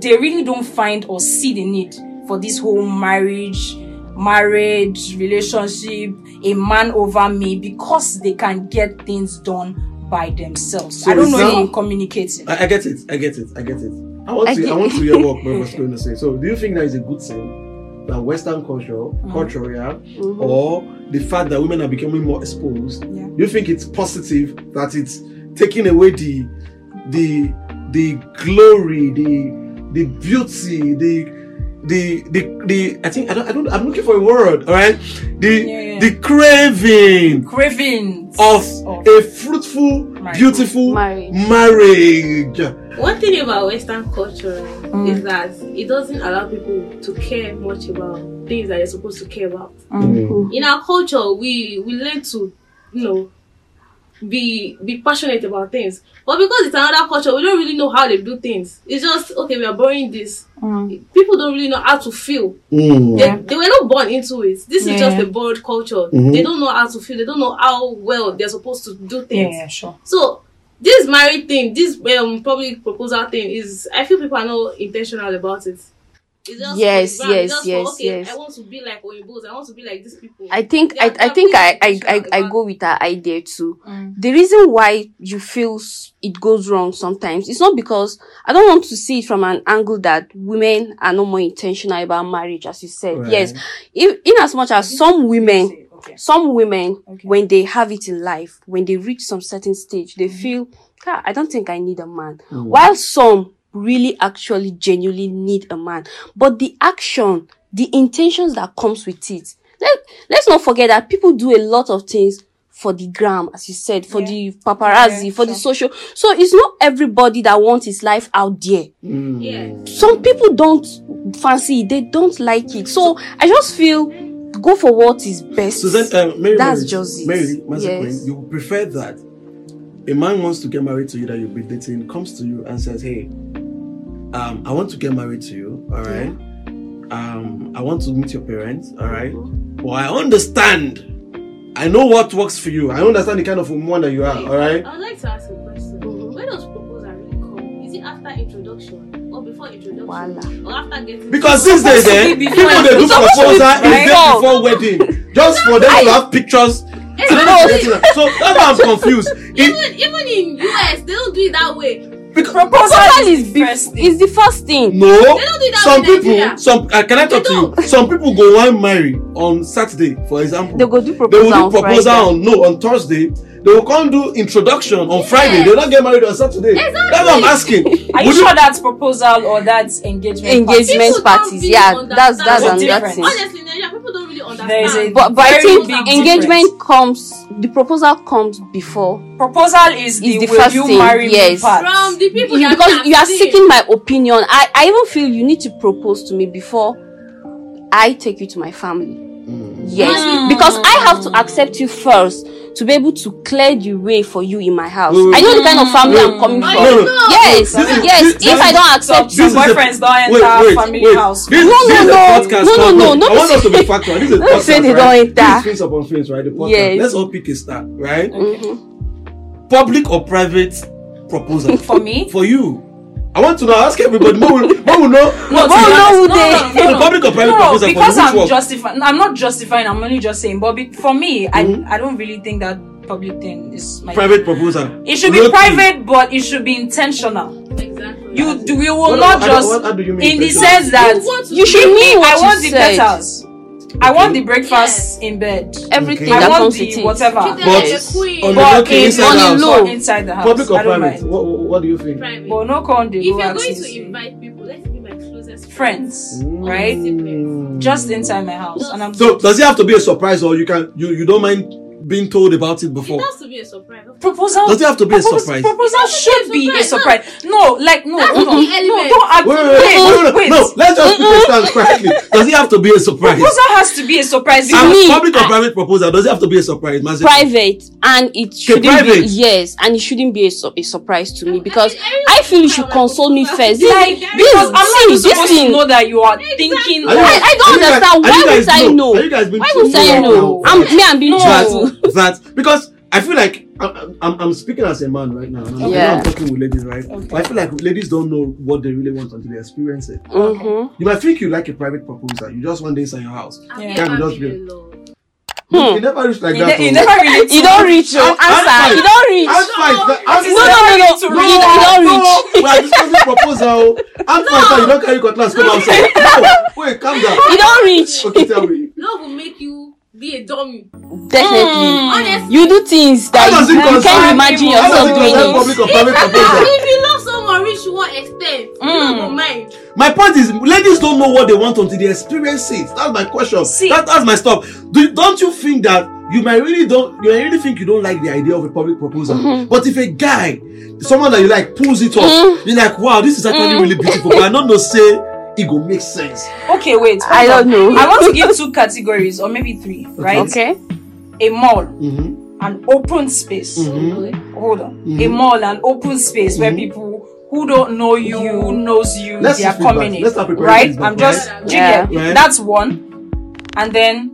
Speaker 2: they really don't find or see the need for this whole marriage marriage relationship a man over me because they can get things done by themselves
Speaker 1: So
Speaker 2: i don't
Speaker 1: is
Speaker 2: know
Speaker 1: that-
Speaker 2: if i'm communicating
Speaker 1: I, I get it. I get it. I get it. I want
Speaker 4: I
Speaker 1: to.
Speaker 4: get-
Speaker 1: I want to hear what Mama was going to say. So, do you think that is a good thing that Western culture,
Speaker 2: Mm.
Speaker 1: culture, yeah,
Speaker 4: Mhm.
Speaker 1: or the fact that women are becoming more exposed?
Speaker 2: Yeah.
Speaker 1: Do you think it's positive that it's taking away the, the, the glory, the, the beauty, the. The, the the I think I don't I don't I'm looking for a word all right the
Speaker 2: Yeah, yeah.
Speaker 1: the craving
Speaker 2: cravings
Speaker 1: of
Speaker 2: Of-
Speaker 1: a fruitful,
Speaker 2: Marriage.
Speaker 1: beautiful
Speaker 4: Marriage.
Speaker 1: marriage.
Speaker 3: One thing about Western culture is that it doesn't allow people to care much about things that they're supposed to care about. In our culture, we we learn to, you know, be be passionate about things. But because it's another culture, we don't really know how they do things. It's just okay, we are borrowing this. People don't really know how to feel.
Speaker 1: Mm.
Speaker 3: They, they were not born into it. This
Speaker 2: Yeah.
Speaker 3: is just a borrowed culture.
Speaker 1: Mm-hmm.
Speaker 3: They don't know how to feel. They don't know how well they're supposed to do
Speaker 2: yeah,
Speaker 3: things.
Speaker 2: yeah sure
Speaker 3: So this marriage thing, this um public proposal thing is I feel people are not intentional about it. It's just
Speaker 4: Yes,
Speaker 3: it's
Speaker 4: yes,
Speaker 3: just
Speaker 4: yes,
Speaker 3: okay,
Speaker 4: yes.
Speaker 3: I want to be like Oyinbos. I want to be like these people.
Speaker 4: I think
Speaker 3: They
Speaker 4: I,
Speaker 3: are- they
Speaker 4: I
Speaker 3: are
Speaker 4: think I, I,
Speaker 3: being
Speaker 4: I, I
Speaker 3: intentional
Speaker 4: go with that idea too.
Speaker 2: Mm.
Speaker 4: The reason why you feel s- it goes wrong sometimes it's not because I don't want to see it from an angle that women are not more intentional about marriage, as you said.
Speaker 1: Right.
Speaker 4: Yes, if, in as much as some women
Speaker 2: okay
Speaker 4: some women
Speaker 2: Okay.
Speaker 4: when they have it in life when they reach some certain stage they
Speaker 2: Mm.
Speaker 4: feel "Ah, i don't think i need a man while some really actually genuinely need a man but the action the intentions that comes with it let, let's not forget that people do a lot of things for the gram as you said for
Speaker 2: Yeah.
Speaker 4: the paparazzi
Speaker 2: Yeah,
Speaker 4: for the social so it's not everybody that wants his life out there
Speaker 1: Mm.
Speaker 3: Yeah.
Speaker 4: some people don't fancy it they don't like it so i just feel go for what is best
Speaker 1: So then, uh, Mary,
Speaker 4: That's
Speaker 1: Mary,
Speaker 4: just it.
Speaker 1: Mary, Master
Speaker 4: Yes.
Speaker 1: Queen, you would prefer that a man wants to get married to you that you've been dating comes to you and says, "Hey, um, I want to get married to you. All right, um, I want to meet your parents. All right? well, I understand. I know what works for you. I understand the kind of woman that you are. All right,
Speaker 3: I would like to ask a question.
Speaker 1: Mm-hmm.
Speaker 3: Where does proposal really come? Is it after introduction or before introduction?
Speaker 4: Voila.
Speaker 3: Or after getting
Speaker 1: because these days, eh,
Speaker 2: Supposed to be
Speaker 1: people
Speaker 2: before-
Speaker 1: they do
Speaker 4: it's supposed to be
Speaker 1: proposal is day
Speaker 4: before.
Speaker 1: before wedding, just for them to have pictures. So that's why I'm confused. It-
Speaker 3: even, even in US they don't do it that way.
Speaker 1: Because,
Speaker 4: proposal is,
Speaker 2: the
Speaker 4: bef-
Speaker 2: first thing.
Speaker 4: is the first thing.
Speaker 1: no,
Speaker 3: do that
Speaker 1: some
Speaker 3: with
Speaker 1: people,
Speaker 3: Nigeria.
Speaker 1: some uh, can I talk
Speaker 3: They
Speaker 1: to you? Some people go one marry on Saturday, for example.
Speaker 4: They go do
Speaker 1: They
Speaker 4: proposal.
Speaker 1: will
Speaker 4: on
Speaker 1: do proposal
Speaker 4: Friday.
Speaker 1: on no on Thursday. They will come do introduction on Friday. They will not get married on Saturday. That's what I'm asking.
Speaker 2: are you
Speaker 1: Would
Speaker 2: sure that's proposal or that's engagement
Speaker 4: Engagement.
Speaker 3: People
Speaker 4: Men's
Speaker 3: don't
Speaker 4: parties,
Speaker 3: really
Speaker 4: yeah,
Speaker 3: understand.
Speaker 4: that's- that's
Speaker 2: another Difference. thing.
Speaker 3: Honestly, Nigeria people don't really
Speaker 2: There is a-
Speaker 3: understand.
Speaker 4: But, but I
Speaker 2: Very
Speaker 4: think
Speaker 3: big
Speaker 4: engagement comes, the proposal comes before.
Speaker 2: proposal is the,
Speaker 4: the
Speaker 2: will
Speaker 4: first
Speaker 2: you
Speaker 4: thing,
Speaker 2: marry me
Speaker 4: yes.
Speaker 2: part
Speaker 3: From the people
Speaker 4: You-
Speaker 3: that
Speaker 4: because you are
Speaker 3: seeing-
Speaker 4: seeking my opinion. I, I even feel you need to propose to me before I take you to my family. Yes, because I have to accept you first to be able to clear the way for you in my house.
Speaker 1: Mm.
Speaker 4: I know the kind of family I'm coming
Speaker 3: No,
Speaker 4: from.
Speaker 1: No, no.
Speaker 3: you know.
Speaker 4: Yes,
Speaker 1: This is-
Speaker 4: yes.
Speaker 1: this-
Speaker 4: If I don't
Speaker 2: some,
Speaker 4: accept you,
Speaker 2: some
Speaker 1: This is a-
Speaker 2: boyfriends don't enter
Speaker 1: Wait, wait,
Speaker 2: family
Speaker 1: wait.
Speaker 2: house
Speaker 1: This,
Speaker 4: No,
Speaker 1: this
Speaker 4: no,
Speaker 1: is a
Speaker 4: no.
Speaker 1: podcast.
Speaker 4: No, no,
Speaker 1: talk.
Speaker 4: no,
Speaker 1: Wait,
Speaker 4: no,
Speaker 1: I want
Speaker 4: no.
Speaker 1: us to be factual. This is a podcast.
Speaker 4: say they
Speaker 1: right?
Speaker 4: don't enter.
Speaker 1: This is things upon things, right? The podcast.
Speaker 4: Yes. Mm-hmm.
Speaker 1: Let's all pick a star, right? Public or private proposal
Speaker 2: for me
Speaker 1: for you. I want to know. Ask everybody. More will, more will know.
Speaker 2: No,
Speaker 4: But
Speaker 2: to be
Speaker 4: no,
Speaker 2: honest-
Speaker 4: who
Speaker 2: no,
Speaker 4: they-
Speaker 2: no, no,
Speaker 1: For
Speaker 2: no.
Speaker 1: public or private
Speaker 2: No,
Speaker 1: proposal, for
Speaker 2: because
Speaker 1: which
Speaker 2: I'm
Speaker 1: work?
Speaker 2: justifying. I'm not justifying. I'm only just saying. But be, for me, I I don't really think that public thing is my.
Speaker 1: Mm-hmm. Private proposal.
Speaker 2: It should be
Speaker 1: Low-key.
Speaker 2: private, but it should be intentional.
Speaker 3: Exactly.
Speaker 2: You do. We will
Speaker 1: What-
Speaker 2: not
Speaker 1: what-
Speaker 2: just
Speaker 1: what- what do you mean
Speaker 2: in the
Speaker 1: intentional?
Speaker 2: sense that
Speaker 3: You want to
Speaker 4: You should
Speaker 3: be-
Speaker 4: mean what
Speaker 2: I
Speaker 4: you
Speaker 2: want the
Speaker 4: said.
Speaker 2: petals. I want the breakfast in bed.
Speaker 4: Everything
Speaker 1: Okay.
Speaker 2: I
Speaker 4: that
Speaker 2: want
Speaker 4: comes with
Speaker 2: the
Speaker 4: it.
Speaker 2: whatever.
Speaker 3: Keep them
Speaker 1: But
Speaker 3: as a queen.
Speaker 1: on the
Speaker 2: But
Speaker 1: Okay,
Speaker 2: in-
Speaker 1: inside
Speaker 2: on
Speaker 1: the
Speaker 2: the
Speaker 1: house.
Speaker 2: low,
Speaker 4: low.
Speaker 2: inside the house.
Speaker 1: Public or
Speaker 2: I don't
Speaker 1: private?
Speaker 2: mind.
Speaker 1: What, what do you think?
Speaker 3: Private.
Speaker 2: But no con.
Speaker 3: if you're going to invite people, let it be my closest
Speaker 2: friends, right?
Speaker 1: Hmm.
Speaker 2: Just inside my house, and I'm
Speaker 1: Mm. So does it have to be a surprise, or you can you you don't mind being told about it
Speaker 3: It
Speaker 1: before?
Speaker 3: has to be a surprise. of
Speaker 2: proposal.
Speaker 1: Does it have to be a
Speaker 2: propos-
Speaker 1: surprise?
Speaker 2: Proposal should be a surprise. No, like no,
Speaker 3: That's
Speaker 2: no,
Speaker 3: the
Speaker 2: no,
Speaker 3: element.
Speaker 2: don't argue.
Speaker 1: Wait, wait, wait, no, no, no, no. Let's just put this down correctly. Does it have to be a surprise?
Speaker 2: Proposal has to be a surprise.
Speaker 1: Ah,
Speaker 4: me,
Speaker 1: public or
Speaker 4: I-
Speaker 1: private proposal? Does it have to be a surprise? Mazi?
Speaker 4: private and it shouldn't be
Speaker 1: private.
Speaker 4: yes and it shouldn't be a, su- a surprise to me
Speaker 3: I
Speaker 4: because
Speaker 3: mean, everyone
Speaker 4: I feel you
Speaker 3: knows
Speaker 4: should
Speaker 3: that.
Speaker 4: console me first.
Speaker 3: Like,
Speaker 4: This-
Speaker 2: because I'm not even
Speaker 4: see, this
Speaker 2: supposed to
Speaker 4: thing-
Speaker 2: know that you are thinking.
Speaker 1: Are you
Speaker 4: I-
Speaker 1: guys-
Speaker 4: I don't
Speaker 1: are you guys-
Speaker 4: understand.
Speaker 1: are you
Speaker 4: Why
Speaker 1: guys
Speaker 4: would I know?
Speaker 1: Are you guys being
Speaker 4: Why would
Speaker 1: truthful
Speaker 4: I
Speaker 1: right
Speaker 4: know?
Speaker 1: now?
Speaker 4: I'm me. I'm being
Speaker 2: No.
Speaker 4: truthful.
Speaker 1: that that because I feel like I'm, I'm, I'm speaking as a man right now. and I know
Speaker 4: Yeah.
Speaker 1: I'm talking with ladies, right? But I feel like ladies don't know what they really want until they experience it.
Speaker 4: Mhm.
Speaker 1: You might think you like a private proposal. You just want this in your house.
Speaker 3: I've
Speaker 2: Yeah.
Speaker 1: Can't
Speaker 3: never
Speaker 1: just
Speaker 3: been in love.
Speaker 1: You never reach like
Speaker 2: You,
Speaker 1: that.
Speaker 2: ne- you
Speaker 1: oh.
Speaker 2: never really.
Speaker 4: Hmm. You don't reach your
Speaker 1: I'm- I'm
Speaker 4: answer.
Speaker 1: fine.
Speaker 4: You don't reach.
Speaker 1: I'm fine. that- I'm
Speaker 2: No,
Speaker 4: No,
Speaker 1: fine.
Speaker 4: no, no,
Speaker 2: No,
Speaker 4: no. You don't
Speaker 1: no,
Speaker 4: reach.
Speaker 1: We are discussing proposal. oh." I'm fine. sir, You don't carry cutlass. Come outside. No. Wait, calm down.
Speaker 4: You don't reach.
Speaker 1: Okay, tell me.
Speaker 3: Love will make you be a dummy.
Speaker 4: Definitely.
Speaker 3: Honestly.
Speaker 4: You do things that
Speaker 1: How does
Speaker 4: you,
Speaker 1: it
Speaker 4: you
Speaker 1: concern-
Speaker 4: can't imagine
Speaker 2: how
Speaker 1: How does it
Speaker 4: yourself doing.
Speaker 1: concern
Speaker 4: it.
Speaker 1: public or private proposal?
Speaker 3: If you love someone reach one extent, you
Speaker 4: Hmm.
Speaker 3: don't go mind.
Speaker 1: My point is, ladies don't know what they want until they experience it. That's my question.
Speaker 2: See-
Speaker 1: that, that's my stop. Do, don't you think that you might really don't you might really think you don't like the idea of a public proposal?
Speaker 4: Mm-hmm.
Speaker 1: But if a guy, someone that you like, pulls it off, you're like, wow, this is actually really
Speaker 4: Mm-hmm.
Speaker 1: beautiful. But I don't know, say it go make sense.
Speaker 2: Okay, wait.
Speaker 4: I
Speaker 2: hold
Speaker 4: don't
Speaker 2: on.
Speaker 4: know.
Speaker 2: I want to give two categories or maybe three, right?
Speaker 4: Okay.
Speaker 2: A mall,
Speaker 1: Mm-hmm.
Speaker 2: an open space. Hold on. A
Speaker 1: Mhm.
Speaker 2: mall, an open space where people who don't know you knows you.
Speaker 1: Mm-hmm. Let's
Speaker 2: they are
Speaker 1: just feedback.
Speaker 2: coming in.
Speaker 1: Let's not prepare
Speaker 2: right?
Speaker 1: feedback,
Speaker 2: I'm just
Speaker 3: right?
Speaker 2: Junior.
Speaker 4: Yeah.
Speaker 1: Right.
Speaker 2: That's one. And then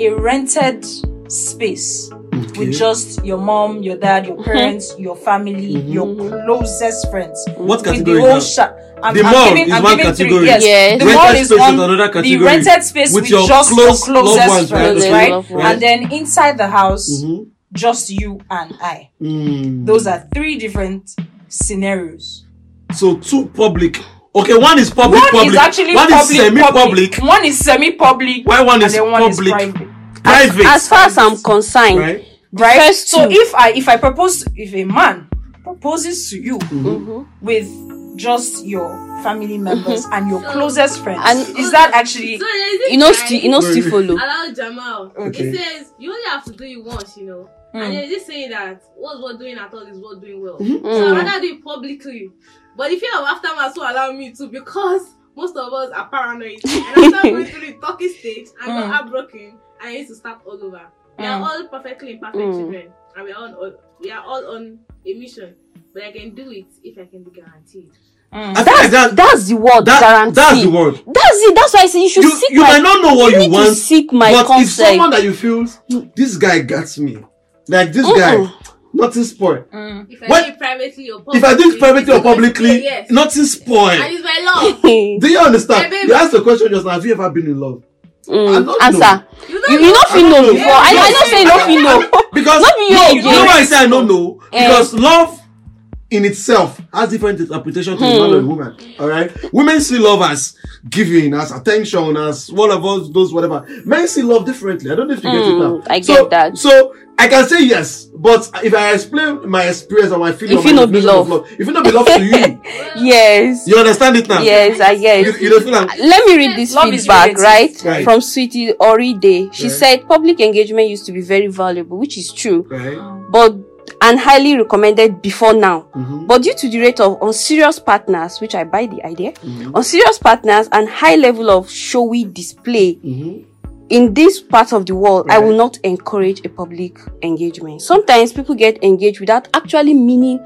Speaker 2: a rented space with just your mom, your dad, your parents, your family, your closest friends.
Speaker 1: Mm-hmm. What
Speaker 2: With
Speaker 1: category
Speaker 2: the
Speaker 1: is
Speaker 2: whole
Speaker 1: that?
Speaker 2: shop. I'm,
Speaker 1: The
Speaker 2: I'm
Speaker 1: mall
Speaker 2: giving,
Speaker 1: is
Speaker 2: I'm
Speaker 1: one
Speaker 2: giving
Speaker 1: category.
Speaker 2: Three. Yes.
Speaker 4: Yes.
Speaker 2: The
Speaker 1: Rented
Speaker 2: mall is
Speaker 1: space
Speaker 2: one.
Speaker 1: is another
Speaker 2: The
Speaker 1: category.
Speaker 2: rented space
Speaker 1: With
Speaker 2: with,
Speaker 1: your
Speaker 2: just
Speaker 1: close
Speaker 2: your closest
Speaker 1: loved ones,
Speaker 2: friends,
Speaker 4: right?
Speaker 2: right?
Speaker 4: Loved
Speaker 1: ones.
Speaker 2: And then inside the house,
Speaker 1: Mhm.
Speaker 2: just you and I.
Speaker 1: Mm.
Speaker 2: Those are three different scenarios.
Speaker 1: so two public. Okay, one is public.
Speaker 2: One
Speaker 1: public.
Speaker 2: is actually
Speaker 1: one
Speaker 2: public,
Speaker 1: is semi-public.
Speaker 2: public. One is semi-public.
Speaker 1: Why one
Speaker 2: and
Speaker 1: is
Speaker 2: then one
Speaker 1: public?
Speaker 2: Is private.
Speaker 1: Private.
Speaker 4: As far as I'm concerned,
Speaker 1: right.
Speaker 2: right?
Speaker 4: first
Speaker 2: so
Speaker 4: two.
Speaker 2: if I if I propose if a man proposes to you
Speaker 1: Mm-hmm.
Speaker 4: Mm-hmm.
Speaker 2: with just your family members and your closest friends,
Speaker 4: And-
Speaker 2: is that actually
Speaker 3: So there's this
Speaker 4: you know,
Speaker 3: guy,
Speaker 4: still, you know, still follow.
Speaker 3: Allow Jamal.
Speaker 1: Okay.
Speaker 3: He says you only have to do it once, you know. And there's this saying that what's worth doing at all is worth doing well.
Speaker 1: Mm-hmm.
Speaker 3: So I'd rather do it publicly. But if you have aftermath will allow me to because most of us are paranoid. And after going through the talking stage and got heartbroken, I need to start all over. We are all perfectly imperfect
Speaker 4: Mm.
Speaker 3: children. And we are all on we are all on a mission. But I can do it if I can be guaranteed.
Speaker 1: I feel like that,
Speaker 4: That's the word.
Speaker 1: that
Speaker 4: guarantee.
Speaker 1: that's the word.
Speaker 4: That's it. That's why I say you should
Speaker 1: You,
Speaker 4: seek
Speaker 1: you
Speaker 4: my.
Speaker 1: might not know what
Speaker 4: you
Speaker 1: you,
Speaker 4: need to
Speaker 1: want,
Speaker 4: seek my
Speaker 1: but if
Speaker 4: consent.
Speaker 1: someone that you feel this guy gets me, like this
Speaker 4: Mm-mm.
Speaker 1: guy, nothing spoiled.
Speaker 3: If I
Speaker 1: What-
Speaker 3: do it privately or
Speaker 1: If
Speaker 3: publicly.
Speaker 1: I do it privately or
Speaker 3: it's going to be
Speaker 1: publicly,
Speaker 3: yes.
Speaker 1: nothing
Speaker 3: And
Speaker 1: spoiled.
Speaker 3: it's my love.
Speaker 1: Do you understand?
Speaker 3: Yeah, baby.
Speaker 1: you asked the question just now. Have you ever been in love? I
Speaker 4: Mm,
Speaker 1: don't
Speaker 4: answer.
Speaker 3: You
Speaker 4: You, you not
Speaker 1: I
Speaker 4: feel
Speaker 1: don't
Speaker 4: no
Speaker 1: know.
Speaker 4: before. I, I
Speaker 1: No.
Speaker 4: not say no feel no.
Speaker 1: Because
Speaker 4: Not
Speaker 1: no,
Speaker 4: be you
Speaker 1: you
Speaker 4: again.
Speaker 1: know why I say I don't know?
Speaker 4: Eh.
Speaker 1: Because love in itself has different interpretation to the man
Speaker 4: Hmm.
Speaker 1: and woman. All right, women see love as giving, as attention, as whatever those whatever. Men see love differently. I don't know if you get it now.
Speaker 4: Mm, I
Speaker 1: so,
Speaker 4: get that.
Speaker 1: So I can say yes, but if I explain my experience and my feeling,
Speaker 4: If
Speaker 1: of
Speaker 4: you
Speaker 1: my
Speaker 4: not be
Speaker 1: definition of
Speaker 4: love.
Speaker 1: if you not be love to you,
Speaker 4: Yes.
Speaker 1: you understand it now.
Speaker 4: Yes, I
Speaker 1: You,
Speaker 4: guess.
Speaker 1: you don't feel like,
Speaker 4: Let me read this
Speaker 2: Love is
Speaker 4: feedback,
Speaker 2: relative.
Speaker 4: right?
Speaker 1: Right.
Speaker 4: From Sweetie Oride. She
Speaker 1: Right.
Speaker 4: said public engagement used to be very valuable, which is true.
Speaker 1: right?
Speaker 4: but and highly recommended before now.
Speaker 1: Mhm.
Speaker 4: But due to the rate of unserious partners, which I buy the idea,
Speaker 1: Mm-hmm.
Speaker 4: unserious partners and high level of showy display in this part of the world, I will not encourage a public engagement. Sometimes people get engaged without actually meaning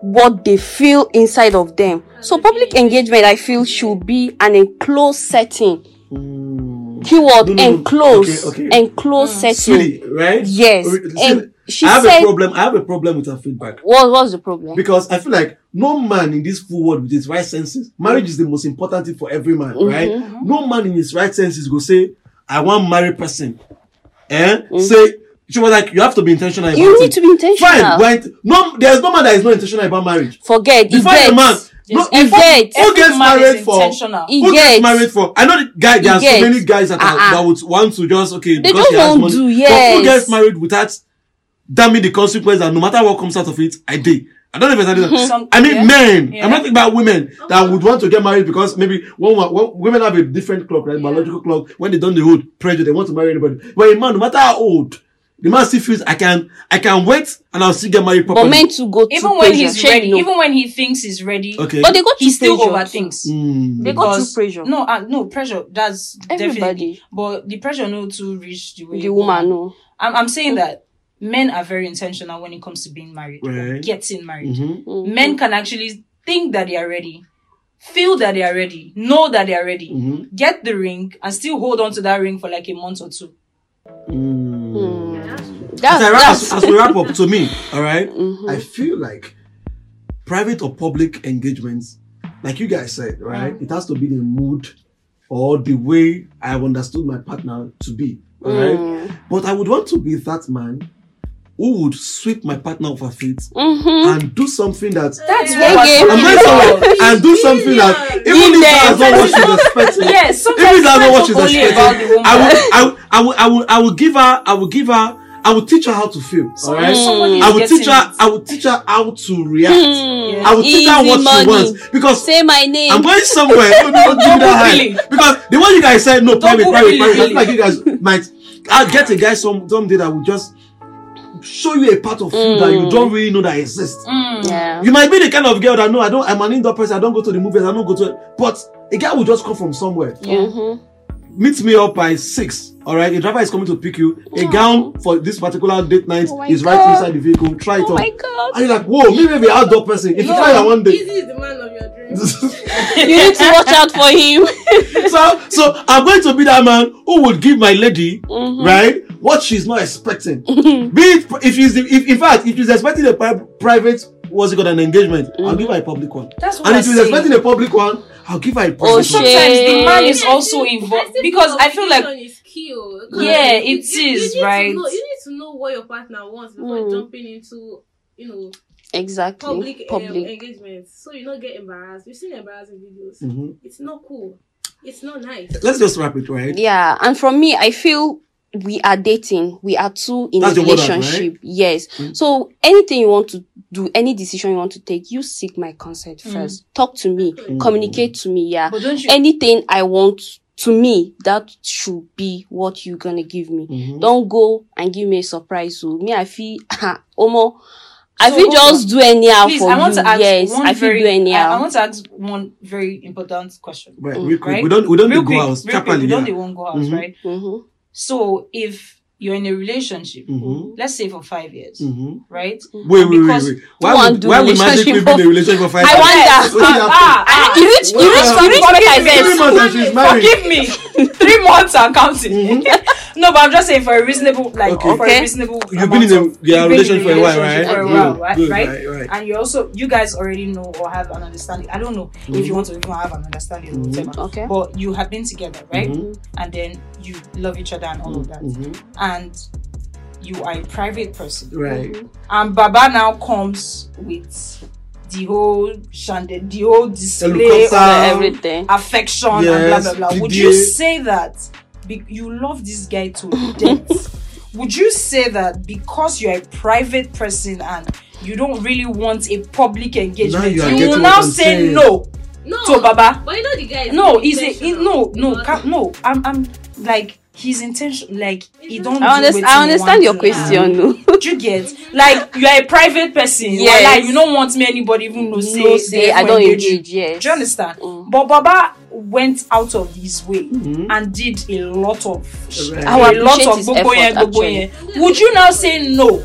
Speaker 4: what they feel inside of them. So public engagement, I feel, should be an enclosed setting. Keyword
Speaker 1: Hmm. No, no, no.
Speaker 4: enclosed,
Speaker 1: Okay, Hmm. okay.
Speaker 4: enclosed setting.
Speaker 1: Sweetie, right?
Speaker 4: Yes,
Speaker 1: See,
Speaker 4: and she
Speaker 1: I have
Speaker 4: said-
Speaker 1: a problem. I have a problem with her feedback.
Speaker 4: What was the problem?
Speaker 1: Because I feel like no man in this full world with his right senses, marriage is the most important thing for every man,
Speaker 4: Mm-hmm.
Speaker 1: right? No man in his right senses go say, I want marry person. Eh? Say, she was like, you have to be intentional about
Speaker 4: Mm-hmm. you
Speaker 1: it.
Speaker 4: need to be intentional.
Speaker 1: Fine, when, no, there's no man that is not intentional about marriage.
Speaker 4: Forget.
Speaker 1: You
Speaker 4: You
Speaker 1: find a man. No,
Speaker 4: He gets.
Speaker 1: who
Speaker 2: Every
Speaker 1: gets
Speaker 2: man is
Speaker 1: married for?
Speaker 2: intentional.
Speaker 4: He
Speaker 1: who gets
Speaker 4: gets.
Speaker 1: married for? I know the guy. There are
Speaker 4: He
Speaker 1: so many
Speaker 4: gets.
Speaker 1: guys that, are-
Speaker 4: Uh-uh.
Speaker 1: that would want to just okay because
Speaker 4: just
Speaker 1: he has
Speaker 4: won't
Speaker 1: money.
Speaker 4: do,
Speaker 1: But who
Speaker 4: yes.
Speaker 1: gets married without damning the consequence that no matter what comes out of it, I did. I don't know if it's anything.
Speaker 4: Mm-hmm.
Speaker 2: Some-
Speaker 1: I mean,
Speaker 2: yeah.
Speaker 1: men.
Speaker 2: Yeah.
Speaker 1: I'm not thinking about women that would want to get married because maybe one, wa- one women have a different clock, right? Biological clock. When they done the hood pressure, they want to marry anybody. But a man, no matter how old, the man still feels I can, I can wait and I'll still get married
Speaker 4: But
Speaker 1: properly.
Speaker 4: men to go to
Speaker 2: Even when he's ready, even when he thinks he's ready,
Speaker 1: okay.
Speaker 4: but they go
Speaker 2: he
Speaker 4: through
Speaker 2: still
Speaker 4: pressure.
Speaker 2: overthinks.
Speaker 1: Mm.
Speaker 4: They go through
Speaker 2: Because-
Speaker 4: pressure.
Speaker 2: No, uh, no pressure. That's definitely.
Speaker 4: Everybody.
Speaker 2: But the pressure no to reach the way
Speaker 4: the woman, no.
Speaker 2: I'm, I'm saying that men are very intentional when it comes to being married, or
Speaker 1: Right.
Speaker 2: getting married.
Speaker 1: Mhm.
Speaker 4: Mm-hmm.
Speaker 2: Men can actually think that they are ready, feel that they are ready, know that they are ready,
Speaker 1: Mhm.
Speaker 2: get the ring, and still hold on to that ring for like a month or two.
Speaker 1: Mm. as,
Speaker 4: That's,
Speaker 1: I wrap, as,
Speaker 4: that's
Speaker 1: as we wrap up, to me, all right, I feel like private or public engagements, like you guys said, right, it has to be the mood or the way I have understood my partner to be, all right. But I would want to be that man who would sweep my partner off her feet
Speaker 4: mm-hmm.
Speaker 1: and do something that.
Speaker 2: That's
Speaker 3: Yeah.
Speaker 2: what
Speaker 4: Yeah,
Speaker 2: we're
Speaker 1: Am
Speaker 2: talking
Speaker 1: I
Speaker 2: about.
Speaker 1: sorry? And do something that even if
Speaker 4: Yeah.
Speaker 1: that's not what she's expecting.
Speaker 2: Yes,
Speaker 1: Even
Speaker 2: sometimes
Speaker 1: if that's not what
Speaker 2: it's
Speaker 1: she's
Speaker 2: not only about the
Speaker 1: expecting,
Speaker 2: woman.
Speaker 1: I will, I will, I will, I will, I will give her, I will give her, I will teach her how to feel. All right.
Speaker 2: Someone Mm. is
Speaker 1: I will teach
Speaker 2: getting
Speaker 1: her.
Speaker 2: it. Mm.
Speaker 1: I will teach her how to react.
Speaker 2: Yeah.
Speaker 1: I will teach her
Speaker 4: Easy
Speaker 1: what
Speaker 4: money.
Speaker 1: she wants because
Speaker 4: Say my name.
Speaker 1: I'm going somewhere. Don't, don't give me that
Speaker 2: billing.
Speaker 1: high. Because the one you guys said, no, private,
Speaker 2: Double
Speaker 1: private, private. I feel
Speaker 2: billing.
Speaker 1: like you guys might. I'll get a guy some someday that will just show you a part of you that
Speaker 2: Mm.
Speaker 1: you don't really know that exists.
Speaker 4: yeah.
Speaker 1: You might be the kind of girl that no, I don't. I'm an indoor person. I don't go to the movies. I don't go to. But a guy will just come from somewhere.
Speaker 4: Mhm.
Speaker 1: Meet me up by six. All right, a driver is coming to pick you. A gown for this particular date night
Speaker 4: Oh my
Speaker 1: is right
Speaker 4: God.
Speaker 1: inside the vehicle. Try it
Speaker 4: Oh
Speaker 1: on.
Speaker 4: my god.
Speaker 1: And you're like, whoa, maybe I'm an outdoor person. If you try that one day.
Speaker 3: Easy is the man of your dreams.
Speaker 1: so,
Speaker 4: You need to watch out for him.
Speaker 1: so I'm going to be that man who would give my lady,
Speaker 4: Mm-hmm.
Speaker 1: right, what she's not expecting. be it, if she's, if, in fact, if she's expecting a pri- private, what's it called, an engagement, I'll
Speaker 4: Mm-hmm.
Speaker 1: give her a public one.
Speaker 2: That's what
Speaker 1: and
Speaker 2: I'm
Speaker 1: if she's
Speaker 2: saying.
Speaker 1: expecting a public one, I'll give her a private
Speaker 4: Oh,
Speaker 1: one.
Speaker 4: shit.
Speaker 2: sometimes the man
Speaker 4: Yeah.
Speaker 2: is also involved because I feel like
Speaker 3: communication is key, oh, 'cause
Speaker 2: Yeah,
Speaker 3: you-
Speaker 2: it
Speaker 3: you- you
Speaker 2: is,
Speaker 3: need to
Speaker 2: right? Hmm.
Speaker 3: know- you need to know what your partner wants before jumping into, you know,
Speaker 4: Exactly.
Speaker 3: public,
Speaker 2: uh,
Speaker 4: Public.
Speaker 3: Um, engagements, so you don't get embarrassed. We've seen embarrassing videos.
Speaker 4: Mm-hmm.
Speaker 1: Mhm.
Speaker 3: It's not cool. It's not nice.
Speaker 1: Let's just wrap it,
Speaker 2: Mm-hmm.
Speaker 1: right?
Speaker 4: Yeah, and for me, I feel we are dating. We are two in
Speaker 1: That's
Speaker 4: a
Speaker 1: the word, right? Mm.
Speaker 4: relationship. Yes. So anything you want to do, any decision you want to take, you seek my consent first. Talk to me.
Speaker 1: Mm.
Speaker 4: Communicate to me. Yeah.
Speaker 2: But don't you-
Speaker 4: anything I want to me, that should be what you're gonna give me.
Speaker 1: Mm-hmm.
Speaker 4: Don't go and give me a surprise. So me, I feel ah, Omo. I
Speaker 2: So,
Speaker 4: feel
Speaker 2: hold
Speaker 4: just do anyhow
Speaker 2: please,
Speaker 4: for
Speaker 2: I want
Speaker 4: you.
Speaker 2: to ask
Speaker 4: yes,
Speaker 2: one
Speaker 4: I feel
Speaker 2: very
Speaker 4: do anyhow.
Speaker 2: I, I want to ask one very important question.
Speaker 1: Right, real quick.
Speaker 2: Mm, Right?
Speaker 1: We don't, we don't
Speaker 2: real
Speaker 1: do
Speaker 2: quick,
Speaker 1: go house.
Speaker 2: real quick,
Speaker 1: Properly,
Speaker 2: we don't
Speaker 1: yeah.
Speaker 2: do one go house,
Speaker 1: Mhm.
Speaker 2: right?
Speaker 4: Mhm.
Speaker 2: So if you're in a relationship,
Speaker 1: Mhm.
Speaker 2: let's say for five years,
Speaker 1: Mhm.
Speaker 2: right?
Speaker 1: Wait, wait, wait,
Speaker 2: Mm-hmm. Because
Speaker 1: wait.
Speaker 4: you
Speaker 1: Why
Speaker 4: want
Speaker 1: would,
Speaker 4: to
Speaker 1: why
Speaker 4: do
Speaker 1: would magic
Speaker 4: relationship
Speaker 1: people in a
Speaker 4: for-
Speaker 1: relationship for five
Speaker 4: I
Speaker 1: years?
Speaker 4: wonder.
Speaker 1: What happened?
Speaker 2: Ah, ah,
Speaker 4: You reach, you reach
Speaker 1: Well,
Speaker 4: for me, I
Speaker 1: Three
Speaker 4: said.
Speaker 1: months and she's married. Mm-hmm.
Speaker 2: Forgive me. Three months are counting. no, but I'm just saying for a reasonable, like
Speaker 1: Okay.
Speaker 2: for
Speaker 4: Okay.
Speaker 2: a reasonable.
Speaker 1: You've been in a-
Speaker 2: amount of-
Speaker 1: yeah,
Speaker 2: you've been
Speaker 1: relationship for a while,
Speaker 2: relationship
Speaker 1: right?
Speaker 2: For a
Speaker 1: Good,
Speaker 2: while, right?
Speaker 1: good,
Speaker 2: right?
Speaker 1: right, right.
Speaker 2: And you also, you guys already know or have an understanding. I don't know if you want to even have an understanding or whatever.
Speaker 4: Okay.
Speaker 2: But you have been together, right?
Speaker 1: Mm-hmm.
Speaker 2: Oh, And then you love each other and all of that, and you are a private person.
Speaker 1: Right.
Speaker 2: And Baba now comes with the whole chandelier, the whole display
Speaker 1: Eloquence,
Speaker 2: of
Speaker 1: um,
Speaker 4: Everything.
Speaker 2: affection
Speaker 1: Yes,
Speaker 2: and blah blah blah. Would
Speaker 1: the
Speaker 2: you
Speaker 1: day-
Speaker 2: say that be- you love this guy to death? Would you say that because you're a private person and you don't really want a public
Speaker 1: Now
Speaker 2: engagement,
Speaker 1: you are
Speaker 2: you, will
Speaker 1: getting
Speaker 2: now
Speaker 1: what I'm
Speaker 2: say
Speaker 1: saying.
Speaker 2: no
Speaker 3: No,
Speaker 2: to Baba?
Speaker 3: but you know the guy. is
Speaker 2: No, he's a, he,
Speaker 3: intentional
Speaker 2: no no
Speaker 3: because-
Speaker 2: ca- no. I'm I'm like his intention. Like he don't.
Speaker 4: I,
Speaker 2: do
Speaker 4: understand,
Speaker 2: wetin he
Speaker 4: I
Speaker 2: want
Speaker 4: understand your
Speaker 2: to.
Speaker 4: question. no.
Speaker 2: Would you get like you are a private person?
Speaker 4: Yes.
Speaker 2: Like you don't want me anybody even know say,
Speaker 4: No, say, I
Speaker 2: therefore
Speaker 4: don't
Speaker 2: engage you.
Speaker 4: engage. Yes.
Speaker 2: Do you understand?
Speaker 4: Mm.
Speaker 2: But Baba went out of his way
Speaker 1: Mm-hmm.
Speaker 2: and did a lot of
Speaker 1: Right.
Speaker 2: a
Speaker 1: I
Speaker 4: would
Speaker 2: lot
Speaker 4: appreciate
Speaker 2: of
Speaker 4: his
Speaker 2: boboye,
Speaker 4: effort,
Speaker 2: boboye. Would you now say no?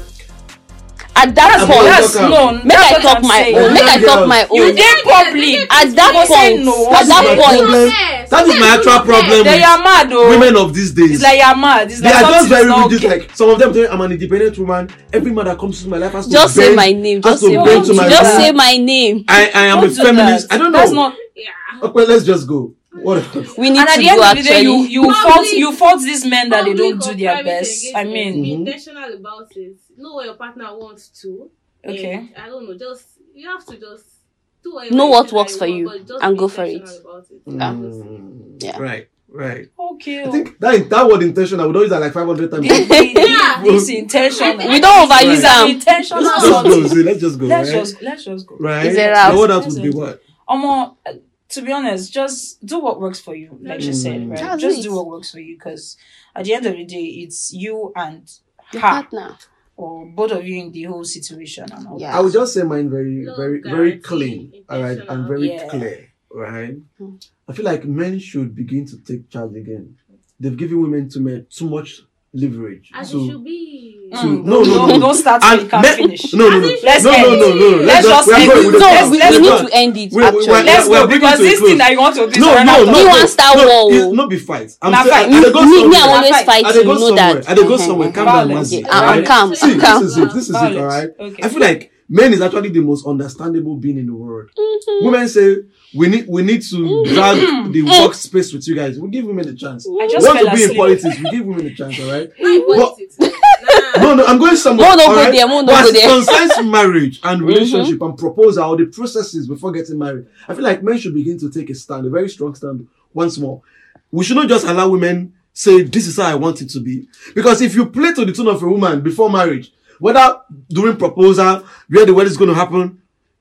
Speaker 4: At that
Speaker 1: I'm
Speaker 4: point,
Speaker 1: gonna
Speaker 2: that's
Speaker 1: talk
Speaker 2: no.
Speaker 4: make
Speaker 2: that's
Speaker 4: I
Speaker 2: what
Speaker 4: talk
Speaker 2: I'm
Speaker 4: my
Speaker 2: saying.
Speaker 4: own. Make I
Speaker 1: Girls.
Speaker 4: talk my
Speaker 2: You
Speaker 4: own.
Speaker 2: did public.
Speaker 4: At
Speaker 2: You
Speaker 4: that
Speaker 2: say
Speaker 4: point,
Speaker 2: no.
Speaker 1: My
Speaker 4: at that point,
Speaker 1: problem-
Speaker 3: Yes.
Speaker 1: That is my
Speaker 3: Yes,
Speaker 1: actual
Speaker 3: yes.
Speaker 1: problem
Speaker 2: They are mad though.
Speaker 1: women of these days.
Speaker 2: It's like you're mad. It's
Speaker 1: they
Speaker 2: like
Speaker 1: are just
Speaker 2: something's
Speaker 1: very
Speaker 2: not
Speaker 1: rigid.
Speaker 2: okay.
Speaker 1: Like some of them tell me I'm an independent woman. Every man that comes into my life has to
Speaker 4: just say
Speaker 1: bend-
Speaker 4: my name.
Speaker 1: has
Speaker 4: Just say
Speaker 1: to
Speaker 4: my
Speaker 2: bend
Speaker 4: name.
Speaker 1: to my
Speaker 4: Just
Speaker 1: will.
Speaker 4: say my name.
Speaker 1: I, I am
Speaker 2: Don't
Speaker 1: a
Speaker 2: do
Speaker 1: feminist.
Speaker 2: that.
Speaker 1: I don't know.
Speaker 2: That's not.
Speaker 3: Yeah.
Speaker 1: Okay, let's just go. What?
Speaker 4: We need
Speaker 2: And at
Speaker 4: to
Speaker 2: the end
Speaker 4: go
Speaker 2: of the day,
Speaker 4: actually.
Speaker 2: you you
Speaker 3: Public-
Speaker 2: fault you fault these men that they don't
Speaker 3: Public
Speaker 2: do
Speaker 3: or
Speaker 2: their
Speaker 3: private
Speaker 2: best. I
Speaker 3: engagement,
Speaker 2: mean,
Speaker 1: Mm-hmm.
Speaker 3: be intentional about it. Know what your partner wants to. and
Speaker 2: Okay.
Speaker 3: I don't know. Just you have to just do
Speaker 4: Know
Speaker 3: you
Speaker 4: what
Speaker 3: feel
Speaker 4: works
Speaker 3: like
Speaker 4: for you
Speaker 3: but just
Speaker 4: and
Speaker 3: be
Speaker 4: go for it.
Speaker 1: Mm.
Speaker 3: intentional about it.
Speaker 4: Yeah.
Speaker 3: Because
Speaker 1: Hmm. Right. Right.
Speaker 2: Okay. oh.
Speaker 1: I think that that word intentional, we don't use that like 500 times. Let's
Speaker 3: Yeah.
Speaker 2: It's intentional.
Speaker 4: We don't
Speaker 1: Right.
Speaker 4: overuse them.
Speaker 2: intentional.
Speaker 1: just go.
Speaker 2: something.
Speaker 1: see, Let's just go.
Speaker 2: Let's
Speaker 1: right?
Speaker 2: just let's just go.
Speaker 1: right?
Speaker 4: Is there else?
Speaker 1: The word out would be what?
Speaker 2: Omo, uh, to be honest, just do what works for you, like she said,
Speaker 1: Mm.
Speaker 2: right?
Speaker 4: That's
Speaker 2: just
Speaker 4: it.
Speaker 2: do what works for you because at the end of the day, it's you and
Speaker 4: Your
Speaker 2: her
Speaker 4: partner.
Speaker 2: or both of you in the whole situation. And all.
Speaker 4: Yeah.
Speaker 1: I would just say mine very,
Speaker 3: No
Speaker 1: very, very
Speaker 3: guarantee,
Speaker 1: clean. All right, and
Speaker 3: intentional.
Speaker 1: very
Speaker 2: Yeah.
Speaker 1: clear. Right.
Speaker 4: Mm.
Speaker 1: I feel like men should begin to take charge again. They've given women too much too much leverage.
Speaker 3: As
Speaker 1: So-
Speaker 3: it should be.
Speaker 4: Hmm.
Speaker 1: So-
Speaker 2: Mm,
Speaker 1: no, no,
Speaker 2: don't-
Speaker 1: no.
Speaker 2: Don't start till
Speaker 1: and
Speaker 2: you can't
Speaker 1: men-
Speaker 2: finish.
Speaker 1: No, no, no,
Speaker 2: Let's
Speaker 1: no,
Speaker 2: end
Speaker 1: no, no, no.
Speaker 2: Let's just
Speaker 1: we are
Speaker 2: end
Speaker 1: going
Speaker 2: it.
Speaker 1: with the
Speaker 4: No,
Speaker 2: Let's-
Speaker 1: plan.
Speaker 4: we,
Speaker 2: let's
Speaker 4: we
Speaker 1: We're
Speaker 4: need
Speaker 1: done.
Speaker 4: to end it.
Speaker 1: We- we-
Speaker 4: actually,
Speaker 1: we-
Speaker 2: Let's
Speaker 1: we are
Speaker 2: go
Speaker 1: bringing
Speaker 2: because
Speaker 1: to a
Speaker 2: this thing
Speaker 1: close.
Speaker 2: that you want to do
Speaker 1: No,
Speaker 2: right
Speaker 1: no,
Speaker 2: now.
Speaker 1: no.
Speaker 4: You
Speaker 1: no.
Speaker 4: want style
Speaker 1: no,
Speaker 4: war. oh.
Speaker 1: it's Not be fight. I'm
Speaker 2: Na
Speaker 1: saying,
Speaker 2: fight.
Speaker 1: I, I dey go
Speaker 4: me, me, I
Speaker 1: somewhere.
Speaker 4: always
Speaker 2: I
Speaker 4: fight.
Speaker 1: I
Speaker 4: You
Speaker 1: dey go
Speaker 4: know
Speaker 1: somewhere.
Speaker 4: that.
Speaker 1: I dey go
Speaker 4: Mhm.
Speaker 1: somewhere. Calm down,
Speaker 2: Violence.
Speaker 1: Mazi.
Speaker 2: Yeah,
Speaker 1: all
Speaker 4: Ah, I'm
Speaker 1: right?
Speaker 4: calm.
Speaker 1: See,
Speaker 4: I'm
Speaker 1: this
Speaker 4: calm.
Speaker 1: is it. This is it. All right.
Speaker 2: Violence. Okay.
Speaker 1: I feel like men is actually the most understandable being in the world.
Speaker 4: Mm-hmm.
Speaker 1: Women say we need we need to drag
Speaker 4: Mm.
Speaker 1: the workspace with you guys. We give women a chance.
Speaker 2: I
Speaker 1: We
Speaker 2: just
Speaker 1: want
Speaker 2: fell
Speaker 1: to be in
Speaker 2: asleep.
Speaker 1: politics. We give women a chance. All right.
Speaker 3: Nah, it
Speaker 1: What-
Speaker 3: wasn't. Nah.
Speaker 1: No, no, I'm going somewhere.
Speaker 4: Mo no
Speaker 1: all
Speaker 4: go
Speaker 1: right?
Speaker 4: there, Mo no
Speaker 1: But
Speaker 4: go
Speaker 1: as it
Speaker 4: there.
Speaker 1: concerns marriage and relationship and proposal, the processes before getting married, I feel like men should begin to take a stand, a very strong stand. Once more, we should not just allow women say this is how I want it to be, because if you play to the tune of a woman before marriage, whether during proposal, where the wedding's going to happen.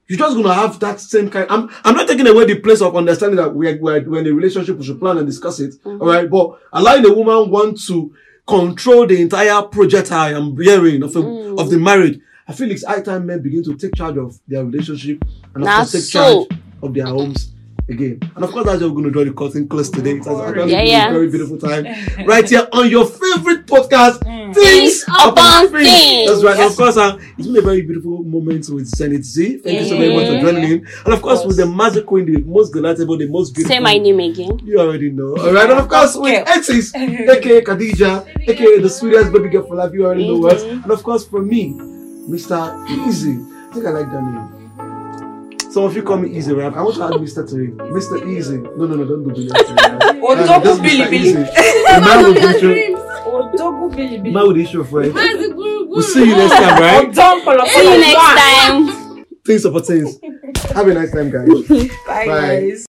Speaker 1: You're just gonna have that same kind. I'm, I'm not taking away the place of understanding that we are, we are we're in a relationship, we should plan and discuss it.
Speaker 4: Mm-hmm.
Speaker 1: all right, but allowing a woman want to control the entire projectile and bearing of, a,
Speaker 4: Mm.
Speaker 1: of the marriage. I feel it's high time men begin to take charge of their relationship and of
Speaker 4: Now
Speaker 1: course take
Speaker 4: so.
Speaker 1: charge of their homes again. And of course, that's how we're going to draw the curtain close today. It has actually
Speaker 4: Yeah,
Speaker 1: been
Speaker 4: yeah.
Speaker 1: a very beautiful time right here on your favorite podcast,
Speaker 4: Things
Speaker 1: Things
Speaker 4: Upon
Speaker 1: Upon Things.
Speaker 4: Things.
Speaker 1: That's right. And of course, uh, it's been a very beautiful moment with Zenith Z. Thank you so very much for
Speaker 4: Yeah.
Speaker 1: joining in. And of course, with the magic queen, the most delightful, the most beautiful.
Speaker 4: Say my name again.
Speaker 1: You already know. Alright, and of course with
Speaker 2: Yeah.
Speaker 1: Exis, aka Khadija, aka the sweetest baby girl for life, you already know what.
Speaker 4: Mm-hmm.
Speaker 1: And of course for me, Mr. Easy. I think I like that name. Some of you call me Easy, right? I want to add Mr. to it. Mr. Easy. No, no, no, don't do Billy.
Speaker 2: Oh,
Speaker 1: Uh,
Speaker 2: double
Speaker 1: just Mr.
Speaker 2: Billy
Speaker 1: Easy.
Speaker 2: Billy.
Speaker 1: The man with the issue,
Speaker 2: Odogu Billy
Speaker 1: the
Speaker 2: Billy.
Speaker 1: man with the issue of right.
Speaker 3: As it grew,
Speaker 1: We'll
Speaker 3: grew.
Speaker 1: see you next time, right?
Speaker 2: Odon Polo
Speaker 4: See you
Speaker 2: Polo.
Speaker 4: next time.
Speaker 1: Things for things. Have a nice time, guys. Bye.
Speaker 2: Bye, guys.